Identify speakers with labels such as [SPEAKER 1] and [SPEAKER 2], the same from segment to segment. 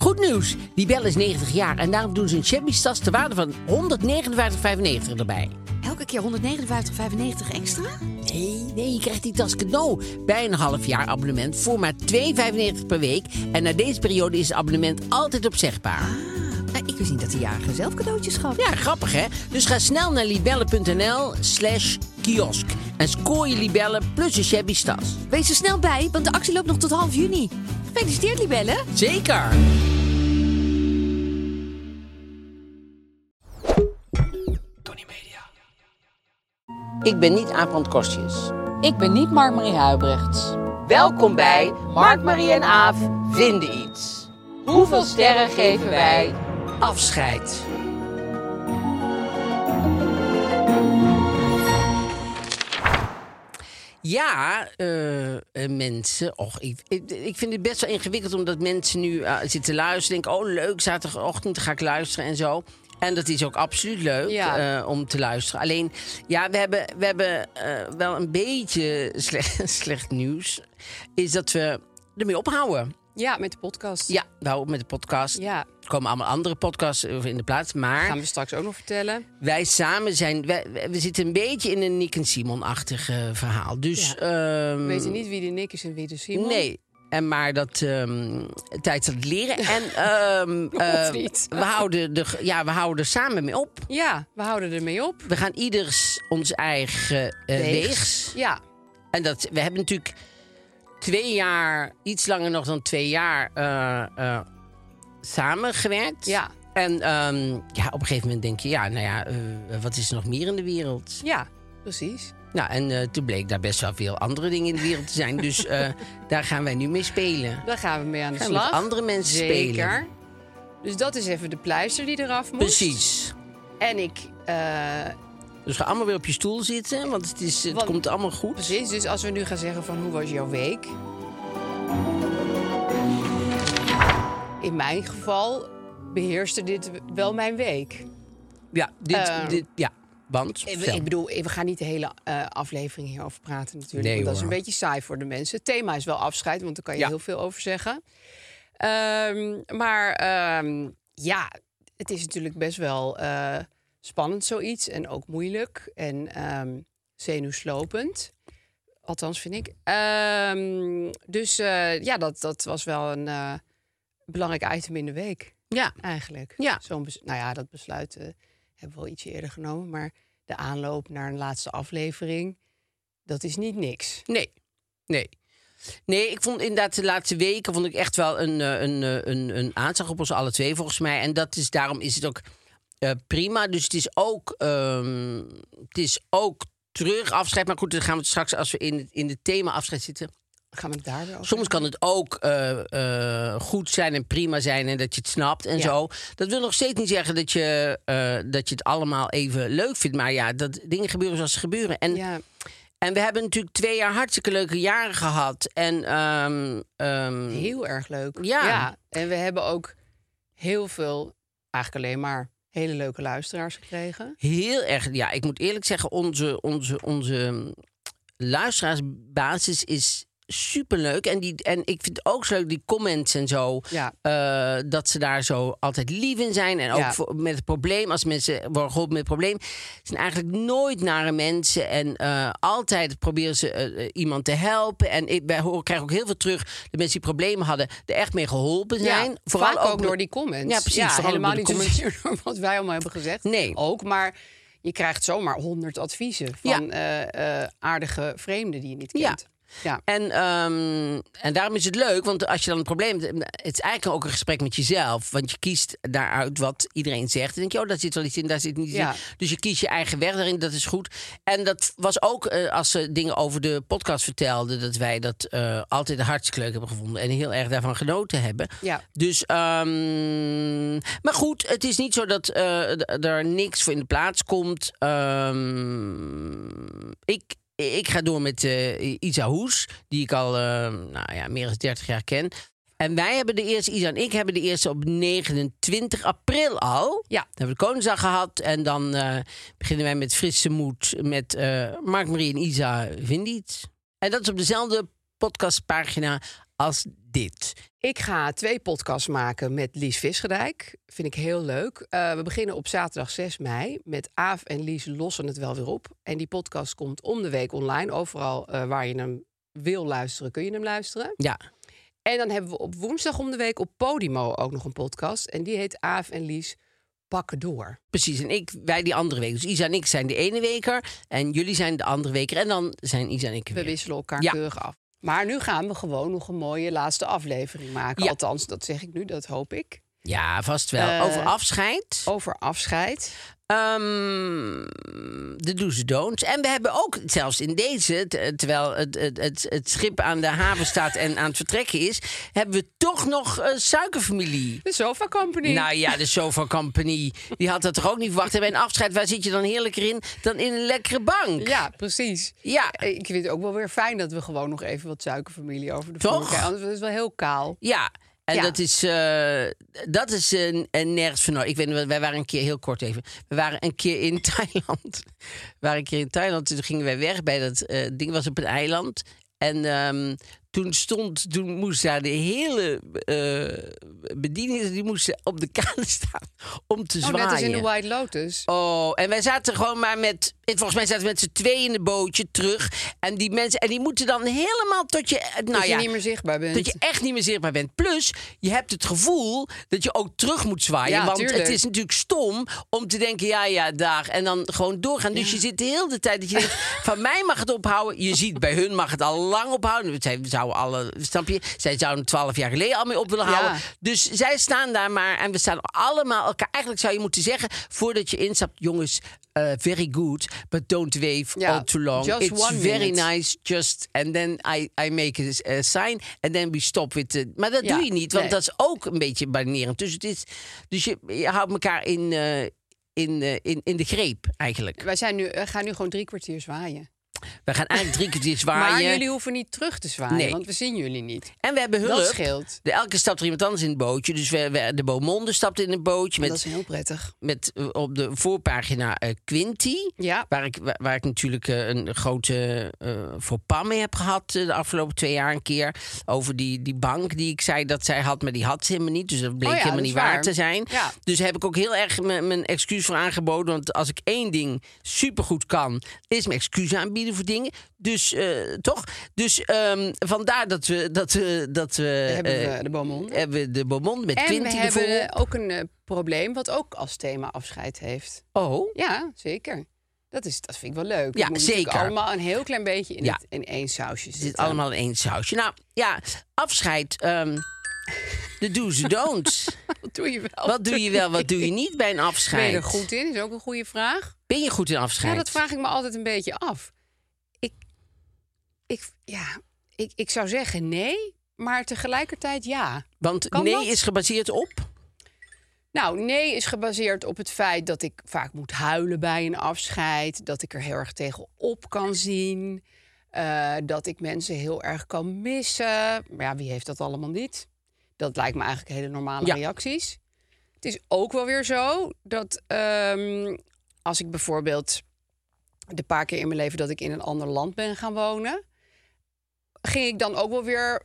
[SPEAKER 1] Goed nieuws, die bel is 90 jaar en daarom doen ze een Chemie tas ter waarde van 159,95 erbij.
[SPEAKER 2] Elke keer 159,95 extra?
[SPEAKER 1] Nee, nee, je krijgt die tas cadeau bij een half jaar abonnement voor maar 2,95 per week. En na deze periode is het abonnement altijd opzegbaar.
[SPEAKER 2] Nou, ik wist niet dat de jarige zelf cadeautjes gaf.
[SPEAKER 1] Ja, grappig hè? Dus ga snel naar libellen.nl slash kiosk en scoor je libellen plus een shabby tas.
[SPEAKER 2] Wees er snel bij, want de actie loopt nog tot half juni. Gefeliciteerd, Libelle.
[SPEAKER 1] Zeker! Ik ben niet Aafrand Kostjes.
[SPEAKER 3] Ik ben niet Mark-Marie Huibrechts.
[SPEAKER 1] Welkom bij Mark, Marie en Aaf vinden iets. Hoeveel sterren geven wij afscheid? Ja, eh, eh, mensen. Och, ik, ik, ik vind het best wel ingewikkeld omdat mensen nu eh, zitten luisteren. Denken, oh leuk, zaterdagochtend ga ik luisteren en zo. En dat is ook absoluut leuk
[SPEAKER 3] Ja.
[SPEAKER 1] eh, om te luisteren. Alleen, ja, we hebben, we hebben eh, wel een beetje slecht, slecht nieuws. Is dat we ermee ophouden.
[SPEAKER 3] Ja, met de podcast.
[SPEAKER 1] Ja, we houden op met de podcast.
[SPEAKER 3] Ja.
[SPEAKER 1] Er komen allemaal andere podcasts eh, in de plaats. Maar
[SPEAKER 3] Gaan we straks ook nog vertellen.
[SPEAKER 1] wij samen zijn... Wij, wij- we zitten een beetje in een Nick en Simon-achtig eh, verhaal. Dus... ehm,
[SPEAKER 3] We weten niet wie de Nick is en wie de Simon.
[SPEAKER 1] Nee. En maar dat ehm tijd zal het leren. En ehm, eh,
[SPEAKER 3] niet.
[SPEAKER 1] we, houden er, ja, we houden er samen mee op.
[SPEAKER 3] Ja, we houden er mee op.
[SPEAKER 1] We gaan ieders ons eigen eh, weegs.
[SPEAKER 3] Ja.
[SPEAKER 1] En dat, we hebben natuurlijk twee jaar, iets langer nog dan twee jaar, eh, eh, samengewerkt.
[SPEAKER 3] Ja.
[SPEAKER 1] En ehm, ja, op een gegeven moment denk je, ja, nou ja, eh, wat is er nog meer in de wereld?
[SPEAKER 3] Ja, precies.
[SPEAKER 1] Nou, en eh, toen bleek daar best wel veel andere dingen in de wereld te zijn. Dus eh, daar gaan wij nu mee spelen.
[SPEAKER 3] Daar gaan we mee aan de
[SPEAKER 1] Gaan we
[SPEAKER 3] slag.
[SPEAKER 1] met andere mensen
[SPEAKER 3] Zeker.
[SPEAKER 1] spelen.
[SPEAKER 3] Dus dat is even de pleister die eraf moet.
[SPEAKER 1] Precies.
[SPEAKER 3] En ik... eh,
[SPEAKER 1] Dus ga allemaal weer op je stoel zitten, want het, is, het
[SPEAKER 3] Want-
[SPEAKER 1] komt allemaal goed.
[SPEAKER 3] precies, dus als we nu gaan zeggen van hoe was jouw week? In mijn geval beheerste dit wel mijn week.
[SPEAKER 1] Ja, dit,
[SPEAKER 3] Eh,
[SPEAKER 1] dit, ja, want...
[SPEAKER 3] Ik,
[SPEAKER 1] vertel.
[SPEAKER 3] ik bedoel, eh, we gaan niet de hele eh, aflevering hierover praten natuurlijk.
[SPEAKER 1] Nee,
[SPEAKER 3] want dat is
[SPEAKER 1] hoor.
[SPEAKER 3] een beetje saai voor de mensen. Het thema is wel afscheid, want daar kan je
[SPEAKER 1] Ja.
[SPEAKER 3] heel veel over zeggen. Ehm, maar ehm, ja, het is natuurlijk best wel eh, spannend zoiets. En ook moeilijk en ehm zenuwslopend. Althans, vind ik. Ehm, dus eh, ja, dat, dat was wel een eh, belangrijk item in de week
[SPEAKER 1] ja,
[SPEAKER 3] eigenlijk.
[SPEAKER 1] Ja.
[SPEAKER 3] Zo'n bes- nou ja, dat besluit eh, hebben we al ietsje eerder genomen. Maar de aanloop naar een laatste aflevering, dat is niet niks.
[SPEAKER 1] nee, nee. Nee, ik vond inderdaad de laatste weken vond ik echt wel een, eh, een, eh, een, een aanslag op ons alle twee, volgens mij. En dat is, daarom is het ook eh, prima. Dus het is ook, ehm, het is ook terug afscheid. Maar goed, dan gaan we het straks, als we in, het- in het thema afscheid zitten,
[SPEAKER 3] Gaan we het daar weer over?
[SPEAKER 1] Soms kan het ook eh, eh, goed zijn en prima zijn en dat je het snapt en
[SPEAKER 3] Ja.
[SPEAKER 1] zo. Dat wil nog steeds niet zeggen dat je, eh, dat je het allemaal even leuk vindt. Maar ja, dat dingen gebeuren zoals ze gebeuren. En,
[SPEAKER 3] Ja,
[SPEAKER 1] en we hebben natuurlijk twee jaar hartstikke leuke jaren gehad. En ehm, ehm,
[SPEAKER 3] heel erg leuk.
[SPEAKER 1] Ja.
[SPEAKER 3] En we hebben ook heel veel, eigenlijk alleen maar hele leuke luisteraars gekregen.
[SPEAKER 1] heel erg, ja, ik moet eerlijk zeggen, onze, onze, onze ehm, luisteraarsbasis is superleuk. En, die, en ik vind het ook zo leuk, die comments en zo.
[SPEAKER 3] Ja.
[SPEAKER 1] Eh, dat ze daar zo altijd lief in zijn. En ook
[SPEAKER 3] Ja.
[SPEAKER 1] voor- met het probleem, als mensen worden geholpen met het probleem. Het zijn eigenlijk nooit nare mensen. En eh, altijd proberen ze eh, eh, iemand te helpen. En ik, wij horen, krijgen ook heel veel terug. De mensen die problemen hadden, er echt mee geholpen zijn.
[SPEAKER 3] ja, vaak ook, door die comments.
[SPEAKER 1] Ja, precies, vooral
[SPEAKER 3] helemaal
[SPEAKER 1] door
[SPEAKER 3] niet
[SPEAKER 1] de
[SPEAKER 3] zozeer door wat wij allemaal hebben gezegd.
[SPEAKER 1] Nee.
[SPEAKER 3] Ook, maar je krijgt zomaar honderd adviezen van
[SPEAKER 1] Ja.
[SPEAKER 3] eh, eh, aardige vreemden die je niet
[SPEAKER 1] Ja.
[SPEAKER 3] kent. Ja.
[SPEAKER 1] En, ehm, en daarom is het leuk, want als je dan een probleem hebt, het is eigenlijk ook een gesprek met jezelf. Want je kiest daaruit wat iedereen zegt. En denk je, oh, daar zit wel iets in, daar zit niet iets
[SPEAKER 3] Ja.
[SPEAKER 1] in. Dus je kiest je eigen weg daarin, dat is goed. En dat was ook eh, als ze dingen over de podcast vertelden, dat wij dat eh, altijd hartstikke leuk hebben gevonden en heel erg daarvan genoten hebben.
[SPEAKER 3] Ja.
[SPEAKER 1] Dus, ehm, maar goed, het is niet zo dat eh, d- er niks voor in de plaats komt. Ehm, ik, ik ga door met eh Isa Hoes, die ik al eh, nou ja, meer dan 30 jaar ken. En wij hebben de eerste, Isa en ik hebben de eerste op 29 april al.
[SPEAKER 3] Ja.
[SPEAKER 1] Dan hebben we de Koningsdag gehad. En dan eh, beginnen wij met frisse moed met eh, Mark-Marie en Isa Vindiet. En dat is op dezelfde podcastpagina als dit.
[SPEAKER 3] Ik ga twee podcasts maken met Lies Visgedijk. Vind ik heel leuk. Eh, we beginnen op zaterdag 6 mei met Aaf en Lies lossen het wel weer op. En die podcast komt om de week online. Overal eh, waar je hem wil luisteren, kun je hem luisteren.
[SPEAKER 1] Ja.
[SPEAKER 3] En dan hebben we op woensdag om de week op Podimo ook nog een podcast. En die heet Aaf en Lies pakken door.
[SPEAKER 1] Precies, en ik, wij die andere week. Dus Isa en ik zijn de ene weker en jullie zijn de andere weker. En dan zijn Isa en ik
[SPEAKER 3] We
[SPEAKER 1] weer.
[SPEAKER 3] wisselen elkaar
[SPEAKER 1] Ja.
[SPEAKER 3] keurig af. Maar nu gaan we gewoon nog een mooie laatste aflevering maken.
[SPEAKER 1] Ja.
[SPEAKER 3] Althans, dat zeg ik nu, dat hoop ik.
[SPEAKER 1] Ja, vast wel.
[SPEAKER 3] Eh,
[SPEAKER 1] Over afscheid.
[SPEAKER 3] Over afscheid.
[SPEAKER 1] Ehm, de do's en don'ts. En we hebben ook zelfs in deze, t- terwijl het, het, het, het schip aan de haven staat en aan het vertrekken is, hebben we toch nog eh, suikerfamilie.
[SPEAKER 3] De Sofa Company.
[SPEAKER 1] Nou ja, de Sofa Company, die had dat toch ook niet verwacht. En bij een afscheid, waar zit je dan heerlijker in dan in een lekkere bank?
[SPEAKER 3] Ja, precies.
[SPEAKER 1] Ja.
[SPEAKER 3] Ik vind het ook wel weer fijn dat we gewoon nog even wat suikerfamilie over de
[SPEAKER 1] Toch?
[SPEAKER 3] vloer krijgen. Anders is het wel heel kaal.
[SPEAKER 1] Ja. En
[SPEAKER 3] Ja.
[SPEAKER 1] dat is, eh, dat is een, een nergens van nodig. Ik weet nog, wel, wij waren een keer, heel kort even, we waren een keer in Thailand. we waren een keer in Thailand, toen gingen wij weg bij dat eh, ding, was op een eiland. En ehm, toen stond, toen moest daar de hele eh bediening, die moesten op de kade staan om te
[SPEAKER 3] Oh,
[SPEAKER 1] zwaaien.
[SPEAKER 3] net als in de White Lotus.
[SPEAKER 1] Oh, en wij zaten gewoon maar met. eh, Volgens mij zaten we met z'n twee in een bootje terug. En die mensen. En die moeten dan helemaal tot je. Nou
[SPEAKER 3] dat je
[SPEAKER 1] ja,
[SPEAKER 3] niet meer zichtbaar bent.
[SPEAKER 1] dat je echt niet meer zichtbaar bent. Plus, je hebt het gevoel dat je ook terug moet zwaaien.
[SPEAKER 3] Ja,
[SPEAKER 1] want
[SPEAKER 3] tuurlijk.
[SPEAKER 1] het is natuurlijk stom om te denken, ja, ja, daar. En dan gewoon doorgaan. Dus je zit de hele tijd dat je denkt, van mij mag het ophouden. Je ziet, bij hun mag het al lang ophouden. Zij zouden alle, snap je? Zij zouden twaalf jaar geleden al mee op willen
[SPEAKER 3] Ja.
[SPEAKER 1] houden. Dus zij staan daar maar en we staan allemaal elkaar. Eigenlijk zou je moeten zeggen, voordat je instapt, jongens... eh, very good, but don't wave
[SPEAKER 3] Ja,
[SPEAKER 1] all too long.
[SPEAKER 3] just
[SPEAKER 1] It's
[SPEAKER 3] one
[SPEAKER 1] very
[SPEAKER 3] minute.
[SPEAKER 1] nice, just and then I, I make a, a sign and then we stop with the... Maar dat
[SPEAKER 3] Ja,
[SPEAKER 1] doe je niet, want
[SPEAKER 3] nee.
[SPEAKER 1] dat is ook een beetje baninerend. Dus, het is, dus je, je houdt elkaar in, eh, in, eh, in, in de greep eigenlijk.
[SPEAKER 3] Wij zijn nu, eh, gaan nu gewoon drie kwartier zwaaien.
[SPEAKER 1] We gaan eigenlijk drie keer zwaaien.
[SPEAKER 3] Maar jullie hoeven niet terug te zwaaien,
[SPEAKER 1] Nee.
[SPEAKER 3] want we zien jullie niet.
[SPEAKER 1] En we hebben hulp.
[SPEAKER 3] Dat scheelt.
[SPEAKER 1] De, elke stapt er iemand anders in het bootje. Dus we, we- de Beaumonde stapt in een bootje. Met,
[SPEAKER 3] Dat is heel prettig.
[SPEAKER 1] met eh, op de voorpagina eh, Quinty.
[SPEAKER 3] Ja.
[SPEAKER 1] Waar ik, waar, waar ik natuurlijk eh, een grote eh faux pas mee heb gehad eh, de afgelopen twee jaar een keer. Over die, die bank die ik zei dat zij had, maar die had ze helemaal niet. Dus dat bleek
[SPEAKER 3] Oh ja,
[SPEAKER 1] helemaal
[SPEAKER 3] dat
[SPEAKER 1] niet
[SPEAKER 3] is
[SPEAKER 1] waar.
[SPEAKER 3] waar.
[SPEAKER 1] te zijn.
[SPEAKER 3] Ja.
[SPEAKER 1] Dus daar heb ik ook heel erg mijn mijn excuus voor aangeboden. Want als ik één ding supergoed kan, is mijn excuus aanbieden voor dingen. Dus eh, toch? Dus ehm, vandaar dat we. Dat, we- dat we
[SPEAKER 3] hebben we
[SPEAKER 1] eh,
[SPEAKER 3] de Beaumont.
[SPEAKER 1] hebben we de Beaumont met
[SPEAKER 3] En we
[SPEAKER 1] Quinty
[SPEAKER 3] hebben
[SPEAKER 1] ervoor.
[SPEAKER 3] eh, ook een eh, probleem wat ook als thema afscheid heeft.
[SPEAKER 1] Oh.
[SPEAKER 3] Ja, zeker. Dat, is, dat vind ik wel leuk.
[SPEAKER 1] Ja,
[SPEAKER 3] Het moet natuurlijk
[SPEAKER 1] zeker.
[SPEAKER 3] allemaal een heel klein beetje in,
[SPEAKER 1] Ja.
[SPEAKER 3] het, in één sausje
[SPEAKER 1] Het zit
[SPEAKER 3] zitten.
[SPEAKER 1] allemaal in één sausje. Nou ja, afscheid. ehm, de do's en don'ts.
[SPEAKER 3] Wat doe je wel?
[SPEAKER 1] Wat doe je wel, wat doe je niet bij een
[SPEAKER 3] Oh, Ben
[SPEAKER 1] afscheid?
[SPEAKER 3] je er goed in? Is ook een goede vraag.
[SPEAKER 1] Ben je goed in afscheid?
[SPEAKER 3] Ja, dat vraag ik me altijd een beetje af. Ik, ik, ja, ik, ik zou zeggen nee, maar tegelijkertijd ja.
[SPEAKER 1] Want
[SPEAKER 3] Kan
[SPEAKER 1] nee
[SPEAKER 3] dat?
[SPEAKER 1] is gebaseerd op.
[SPEAKER 3] Nou, nee is gebaseerd op het feit dat ik vaak moet huilen bij een afscheid. Dat ik er heel erg tegenop kan zien. eh, dat ik mensen heel erg kan missen. Maar ja, wie heeft dat allemaal niet? Dat lijkt me eigenlijk hele normale
[SPEAKER 1] Ja.
[SPEAKER 3] reacties. Het is ook wel weer zo dat ehm, als ik bijvoorbeeld de paar keer in mijn leven dat ik in een ander land ben gaan wonen, ging ik dan ook wel weer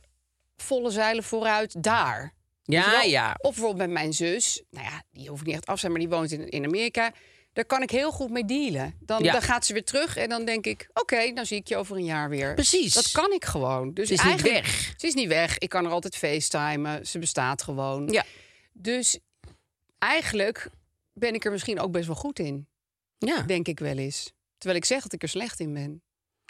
[SPEAKER 3] volle zeilen vooruit daar. Weet je
[SPEAKER 1] Ja,
[SPEAKER 3] wel?
[SPEAKER 1] ja.
[SPEAKER 3] Of bijvoorbeeld met mijn zus. Nou ja, die hoeft niet echt af te zijn, maar die woont in, in Amerika. Daar kan ik heel goed mee dealen. Dan,
[SPEAKER 1] Ja.
[SPEAKER 3] dan gaat ze weer terug en dan denk ik... oké, dan zie ik je over een jaar weer.
[SPEAKER 1] Precies.
[SPEAKER 3] Dat kan ik gewoon. Dus
[SPEAKER 1] Ze is niet
[SPEAKER 3] eigenlijk,
[SPEAKER 1] weg.
[SPEAKER 3] Ze is niet weg. Ik kan er altijd facetimen. Ze bestaat gewoon.
[SPEAKER 1] Ja.
[SPEAKER 3] Dus eigenlijk ben ik er misschien ook best wel goed in.
[SPEAKER 1] ja.
[SPEAKER 3] Denk ik wel eens. Terwijl ik zeg dat ik er slecht in ben.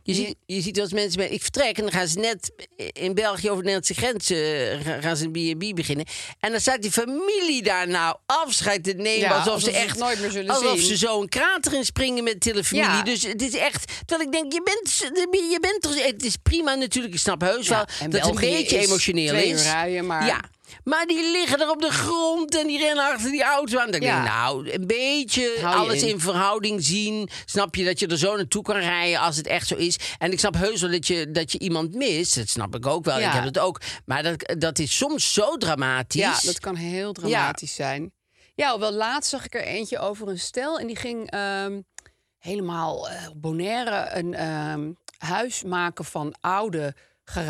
[SPEAKER 1] Je, ziet, je ziet wel eens mensen bij, ik vertrek en dan gaan ze net in België over de Nederlandse grens eh, gaan- gaan ze een B&B beginnen. En dan staat die familie daar nou afscheid te nemen
[SPEAKER 3] Ja,
[SPEAKER 1] alsof,
[SPEAKER 3] alsof
[SPEAKER 1] ze
[SPEAKER 3] ze het
[SPEAKER 1] echt,
[SPEAKER 3] nooit meer zullen
[SPEAKER 1] alsof
[SPEAKER 3] zien.
[SPEAKER 1] ze zo een krater in springen met de hele familie.
[SPEAKER 3] Ja.
[SPEAKER 1] Dus het is echt, terwijl ik denk, je bent, je bent toch, het is prima natuurlijk, ik snap heus
[SPEAKER 3] Ja,
[SPEAKER 1] wel
[SPEAKER 3] en
[SPEAKER 1] dat het een
[SPEAKER 3] België
[SPEAKER 1] beetje
[SPEAKER 3] is
[SPEAKER 1] emotioneel
[SPEAKER 3] twee
[SPEAKER 1] is.
[SPEAKER 3] uur rijden, maar-
[SPEAKER 1] Ja. Maar die liggen er op de grond en die rennen achter die auto aan. Dan denk ik,
[SPEAKER 3] Ja.
[SPEAKER 1] nou, een beetje
[SPEAKER 3] Hou je
[SPEAKER 1] alles
[SPEAKER 3] in.
[SPEAKER 1] in verhouding zien. Snap je dat je er zo naartoe kan rijden als het echt zo is? En ik snap heus wel dat je, dat je iemand mist. Dat snap ik ook wel.
[SPEAKER 3] Ja.
[SPEAKER 1] Ik heb het ook. Maar dat, dat is soms zo dramatisch.
[SPEAKER 3] Ja, dat kan heel dramatisch zijn. Ja, hoewel laatst zag ik er eentje over een stel en die ging ehm, helemaal eh, op Bonaire een ehm, huis maken van oude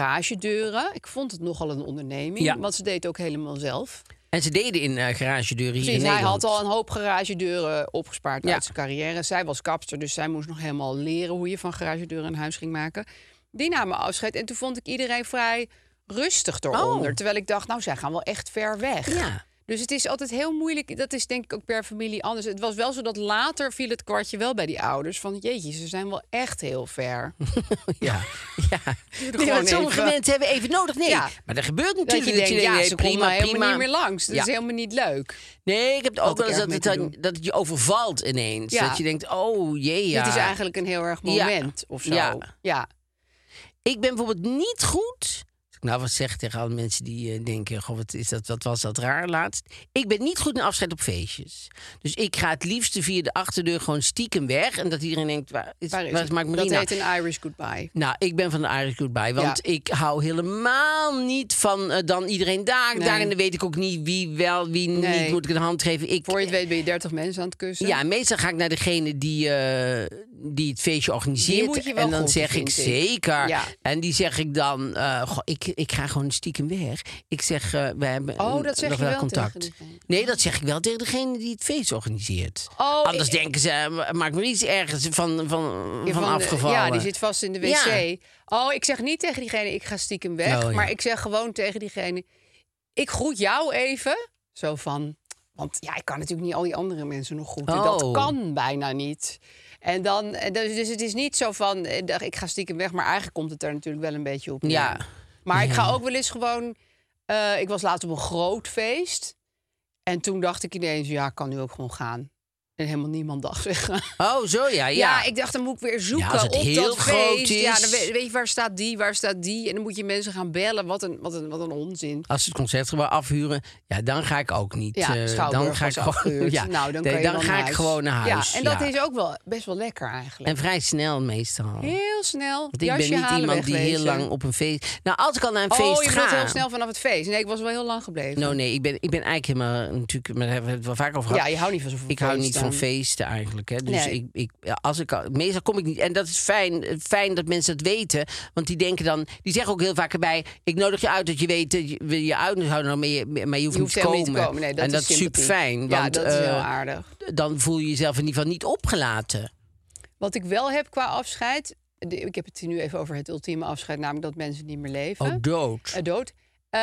[SPEAKER 3] garagedeuren. Ik vond het nogal een onderneming,
[SPEAKER 1] Ja.
[SPEAKER 3] want ze deed het ook helemaal zelf.
[SPEAKER 1] En ze deden in eh garagedeuren hier in
[SPEAKER 3] Precies, hij
[SPEAKER 1] Nederland.
[SPEAKER 3] had al een hoop garagedeuren opgespaard
[SPEAKER 1] Ja.
[SPEAKER 3] uit zijn carrière. Zij was kapster, dus zij moest nog helemaal leren hoe je van garagedeuren een huis ging maken. Die namen afscheid en toen vond ik iedereen vrij rustig eronder.
[SPEAKER 1] Oh.
[SPEAKER 3] Terwijl ik dacht, nou, zij gaan wel echt ver weg.
[SPEAKER 1] Ja.
[SPEAKER 3] Dus het is altijd heel moeilijk. Dat is denk ik ook per familie anders. Het was wel zo dat later viel het kwartje wel bij die ouders. Van jeetje, ze zijn wel echt heel ver.
[SPEAKER 1] Ja. ja. Nee,
[SPEAKER 3] gewoon
[SPEAKER 1] want sommige
[SPEAKER 3] even-
[SPEAKER 1] mensen hebben even nodig. Nee,
[SPEAKER 3] Ja.
[SPEAKER 1] maar dat gebeurt natuurlijk.
[SPEAKER 3] Dat je denkt,
[SPEAKER 1] denkt,
[SPEAKER 3] ja,
[SPEAKER 1] nee,
[SPEAKER 3] ze komen
[SPEAKER 1] prima,
[SPEAKER 3] helemaal
[SPEAKER 1] prima.
[SPEAKER 3] niet meer langs. Dat
[SPEAKER 1] Ja.
[SPEAKER 3] is helemaal niet leuk.
[SPEAKER 1] Nee, ik heb het
[SPEAKER 3] Had
[SPEAKER 1] ook wel
[SPEAKER 3] ik
[SPEAKER 1] eens dat
[SPEAKER 3] erg
[SPEAKER 1] het,
[SPEAKER 3] mee te
[SPEAKER 1] dan- dat het je overvalt ineens.
[SPEAKER 3] Ja.
[SPEAKER 1] Dat je denkt, oh jee, ja.
[SPEAKER 3] Dit is eigenlijk een heel erg
[SPEAKER 1] Ja.
[SPEAKER 3] moment of zo.
[SPEAKER 1] Ja.
[SPEAKER 3] ja.
[SPEAKER 1] Ik ben bijvoorbeeld niet goed. Als ik nou wat zeg tegen alle mensen die eh, denken: Goh, wat, is dat, wat was dat raar laatst? Ik ben niet goed in afscheid op feestjes. Dus ik ga het liefste via de achterdeur gewoon stiekem weg. En dat iedereen denkt: waar is, waar is,
[SPEAKER 3] het?
[SPEAKER 1] Mark
[SPEAKER 3] dat
[SPEAKER 1] Marina?
[SPEAKER 3] heet een Irish goodbye.
[SPEAKER 1] Nou, ik ben van de Irish Goodbye. Want
[SPEAKER 3] Ja.
[SPEAKER 1] ik hou helemaal niet van eh, dan iedereen daar.
[SPEAKER 3] Nee.
[SPEAKER 1] daar. En dan weet ik ook niet wie wel, wie
[SPEAKER 3] Nee.
[SPEAKER 1] niet. Moet ik een hand geven? Ik,
[SPEAKER 3] Voor je het weet ben je 30 mensen aan het kussen.
[SPEAKER 1] ja, meestal ga ik naar degene die, eh, die het feestje
[SPEAKER 3] Die
[SPEAKER 1] organiseert.
[SPEAKER 3] moet je wel
[SPEAKER 1] en dan
[SPEAKER 3] goed,
[SPEAKER 1] zeg ik
[SPEAKER 3] vind ik.
[SPEAKER 1] zeker.
[SPEAKER 3] Ja.
[SPEAKER 1] En die zeg ik dan, eh, goh, ik, ik ga gewoon stiekem weg. Ik zeg, eh we hebben
[SPEAKER 3] Oh,
[SPEAKER 1] een-
[SPEAKER 3] dat zeg
[SPEAKER 1] nog
[SPEAKER 3] je
[SPEAKER 1] wel
[SPEAKER 3] wel
[SPEAKER 1] contact.
[SPEAKER 3] tegen diegene.
[SPEAKER 1] nee, dat zeg ik wel tegen degene die het feest organiseert.
[SPEAKER 3] Oh,
[SPEAKER 1] Anders
[SPEAKER 3] ik-
[SPEAKER 1] denken ze, eh, maakt me iets ergens van, van, van,
[SPEAKER 3] Ja, van de-
[SPEAKER 1] afgevallen.
[SPEAKER 3] ja, die zit vast in de wc.
[SPEAKER 1] Ja.
[SPEAKER 3] Oh, ik zeg niet tegen diegene, ik ga stiekem weg.
[SPEAKER 1] Oh, ja.
[SPEAKER 3] Maar ik zeg gewoon tegen diegene, ik groet jou even. Zo van, want ja, ik kan natuurlijk niet al die andere mensen nog groeten. Dat
[SPEAKER 1] Oh.
[SPEAKER 3] kan bijna niet. En dan, eh, dus, dus het is niet zo van, eh, dag, ik ga stiekem weg. Maar eigenlijk komt het er natuurlijk wel een beetje op. neer.
[SPEAKER 1] Ja.
[SPEAKER 3] Maar ik ga ook wel eens gewoon... eh, ik was laatst op een groot feest. En toen dacht ik ineens, ja, ik kan nu ook gewoon gaan. En helemaal niemand dacht zeggen.
[SPEAKER 1] Oh, zo ja, ja.
[SPEAKER 3] Ja, ik dacht, dan moet ik weer zoeken
[SPEAKER 1] Ja, als het
[SPEAKER 3] op
[SPEAKER 1] heel
[SPEAKER 3] dat
[SPEAKER 1] groot
[SPEAKER 3] feest. Ja, dan
[SPEAKER 1] is.
[SPEAKER 3] weet, weet je, waar staat die, waar staat die? En dan moet je mensen gaan bellen. Wat een, wat een, wat een onzin.
[SPEAKER 1] Als ze het concertgebouw afhuren, ja, dan ga ik ook niet.
[SPEAKER 3] Ja,
[SPEAKER 1] eh,
[SPEAKER 3] Schouwburg
[SPEAKER 1] dan ga ik
[SPEAKER 3] was
[SPEAKER 1] gewoon,
[SPEAKER 3] afgehuurd.
[SPEAKER 1] ja,
[SPEAKER 3] Nou, dan,
[SPEAKER 1] Nee,
[SPEAKER 3] kan je wel
[SPEAKER 1] ga
[SPEAKER 3] naar
[SPEAKER 1] ik
[SPEAKER 3] huis.
[SPEAKER 1] gewoon naar huis.
[SPEAKER 3] Ja, en dat
[SPEAKER 1] ja.
[SPEAKER 3] is ook wel best wel lekker eigenlijk.
[SPEAKER 1] En vrij snel meestal.
[SPEAKER 3] heel snel.
[SPEAKER 1] Want ik ben niet iemand die heel lang op een feest. Nou, als ik al naar een
[SPEAKER 3] oh,
[SPEAKER 1] feest
[SPEAKER 3] je
[SPEAKER 1] ga.
[SPEAKER 3] bent heel snel vanaf het feest. Nee, ik was wel heel lang gebleven.
[SPEAKER 1] Nou, nee, ik ben, ik ben eigenlijk helemaal natuurlijk. Maar daar hebben we het wel vaak over gehad.
[SPEAKER 3] Ja, je houdt niet van zo'n
[SPEAKER 1] Ik hou
[SPEAKER 3] feest
[SPEAKER 1] niet van
[SPEAKER 3] dan.
[SPEAKER 1] feesten eigenlijk. Hè. Dus
[SPEAKER 3] Nee.
[SPEAKER 1] ik, ik, ja, als ik, al- meestal kom ik niet. En dat is fijn, eh, fijn dat mensen dat weten. Want die denken dan. Die zeggen ook heel vaak erbij. Ik nodig je uit dat je weet dat je, we je uitnodigen. Maar je, maar je hoeft,
[SPEAKER 3] je
[SPEAKER 1] niet,
[SPEAKER 3] hoeft helemaal
[SPEAKER 1] komen.
[SPEAKER 3] niet te komen. Nee, dat
[SPEAKER 1] en
[SPEAKER 3] is
[SPEAKER 1] dat is super
[SPEAKER 3] sympathiek.
[SPEAKER 1] fijn.
[SPEAKER 3] Ja,
[SPEAKER 1] want
[SPEAKER 3] dat is heel
[SPEAKER 1] eh,
[SPEAKER 3] aardig.
[SPEAKER 1] dan voel je jezelf in ieder geval niet opgelaten.
[SPEAKER 3] Wat ik wel heb qua afscheid... de- Ik heb het hier nu even over het ultieme afscheid. Namelijk dat mensen niet meer leven.
[SPEAKER 1] Oh, dood.
[SPEAKER 3] Eh, dood. Eh,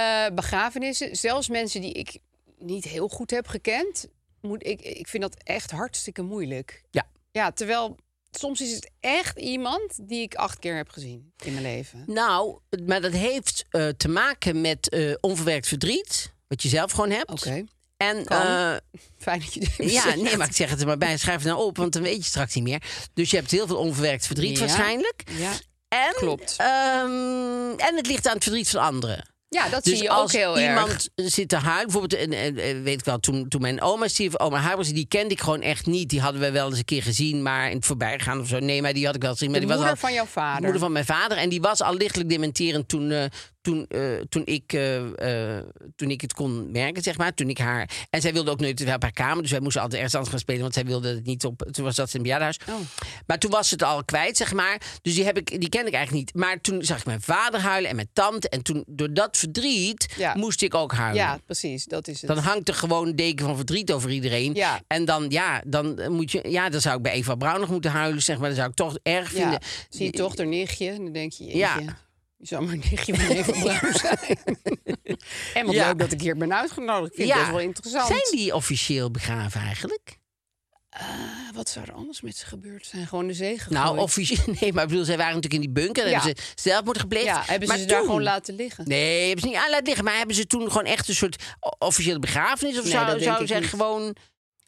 [SPEAKER 3] begrafenissen, zelfs mensen die ik niet heel goed heb gekend, moet ik, ik vind dat echt hartstikke moeilijk.
[SPEAKER 1] Ja.
[SPEAKER 3] Ja, terwijl soms is het echt iemand die ik acht keer heb gezien in mijn leven.
[SPEAKER 1] Nou, maar dat heeft eh, te maken met eh, onverwerkt verdriet. Wat je zelf gewoon hebt.
[SPEAKER 3] Oké,
[SPEAKER 1] En
[SPEAKER 3] Kan.
[SPEAKER 1] eh,
[SPEAKER 3] fijn dat je dit even
[SPEAKER 1] ja,
[SPEAKER 3] zegt.
[SPEAKER 1] nee, maar ik zeg het er maar bij. Schrijf het nou op, want dan weet je straks niet meer. Dus je hebt heel veel onverwerkt verdriet
[SPEAKER 3] Ja.
[SPEAKER 1] waarschijnlijk.
[SPEAKER 3] Ja,
[SPEAKER 1] En,
[SPEAKER 3] klopt.
[SPEAKER 1] ehm, en het ligt aan het verdriet van anderen.
[SPEAKER 3] ja dat
[SPEAKER 1] Dus
[SPEAKER 3] zie je ook
[SPEAKER 1] als
[SPEAKER 3] heel erg.
[SPEAKER 1] iemand zit te huilen, bijvoorbeeld, en, en- en weet ik wel, toen, toen mijn oma stierf, oma Huibers, die kende ik gewoon echt niet. Die hadden we wel eens een keer gezien, maar in het voorbijgaan of zo. Nee, maar die had ik wel gezien. Maar
[SPEAKER 3] De
[SPEAKER 1] die was
[SPEAKER 3] moeder
[SPEAKER 1] al-
[SPEAKER 3] van jouw vader.
[SPEAKER 1] moeder van mijn vader. En die was al lichtelijk dementerend toen, eh, toen, eh, toen, ik, eh, eh, toen ik het kon merken, zeg maar. Toen ik haar... En zij wilde ook nooit op haar kamer. Dus wij moesten altijd ergens anders gaan spelen. Want zij wilde het niet op... Toen was dat in het bejaardenhuis.
[SPEAKER 3] Oh.
[SPEAKER 1] Maar toen was ze het al kwijt, zeg maar. Dus die, heb ik, die ken ik eigenlijk niet. Maar toen zag ik mijn vader huilen en mijn tante. En toen, door dat verdriet,
[SPEAKER 3] Ja.
[SPEAKER 1] moest ik ook huilen.
[SPEAKER 3] Ja, precies, dat is het.
[SPEAKER 1] Dan hangt er gewoon een deken van verdriet over iedereen.
[SPEAKER 3] Ja.
[SPEAKER 1] En dan, ja, dan eh, moet je. Ja, dan zou ik bij Eva Braun nog moeten huilen, zeg maar. Dan zou ik toch erg vinden.
[SPEAKER 3] ja, zie je toch, haar nichtje, en dan denk je,
[SPEAKER 1] Ja.
[SPEAKER 3] jeetje, je zou maar een nichtje van Eva Braun zijn. en wat
[SPEAKER 1] Ja.
[SPEAKER 3] leuk dat ik hier ben uitgenodigd, ik vind het best wel interessant.
[SPEAKER 1] Zijn die officieel begraven eigenlijk?
[SPEAKER 3] Ah, wat zou er anders met ze gebeurd zijn? Gewoon de zee gegooid.
[SPEAKER 1] Nou, officieel. Nee, maar ik bedoel, zij waren natuurlijk in die bunker. en
[SPEAKER 3] Ja.
[SPEAKER 1] Hebben ze zelfmoord gepleegd.
[SPEAKER 3] Ja, hebben ze
[SPEAKER 1] maar
[SPEAKER 3] ze daar
[SPEAKER 1] toen-
[SPEAKER 3] gewoon laten liggen?
[SPEAKER 1] Nee, hebben ze niet aan laten liggen. Maar hebben ze toen gewoon echt een soort o- officiële begrafenis? Of
[SPEAKER 3] Nee, dat
[SPEAKER 1] zou,
[SPEAKER 3] denk
[SPEAKER 1] zouden
[SPEAKER 3] ik
[SPEAKER 1] ze
[SPEAKER 3] niet.
[SPEAKER 1] gewoon...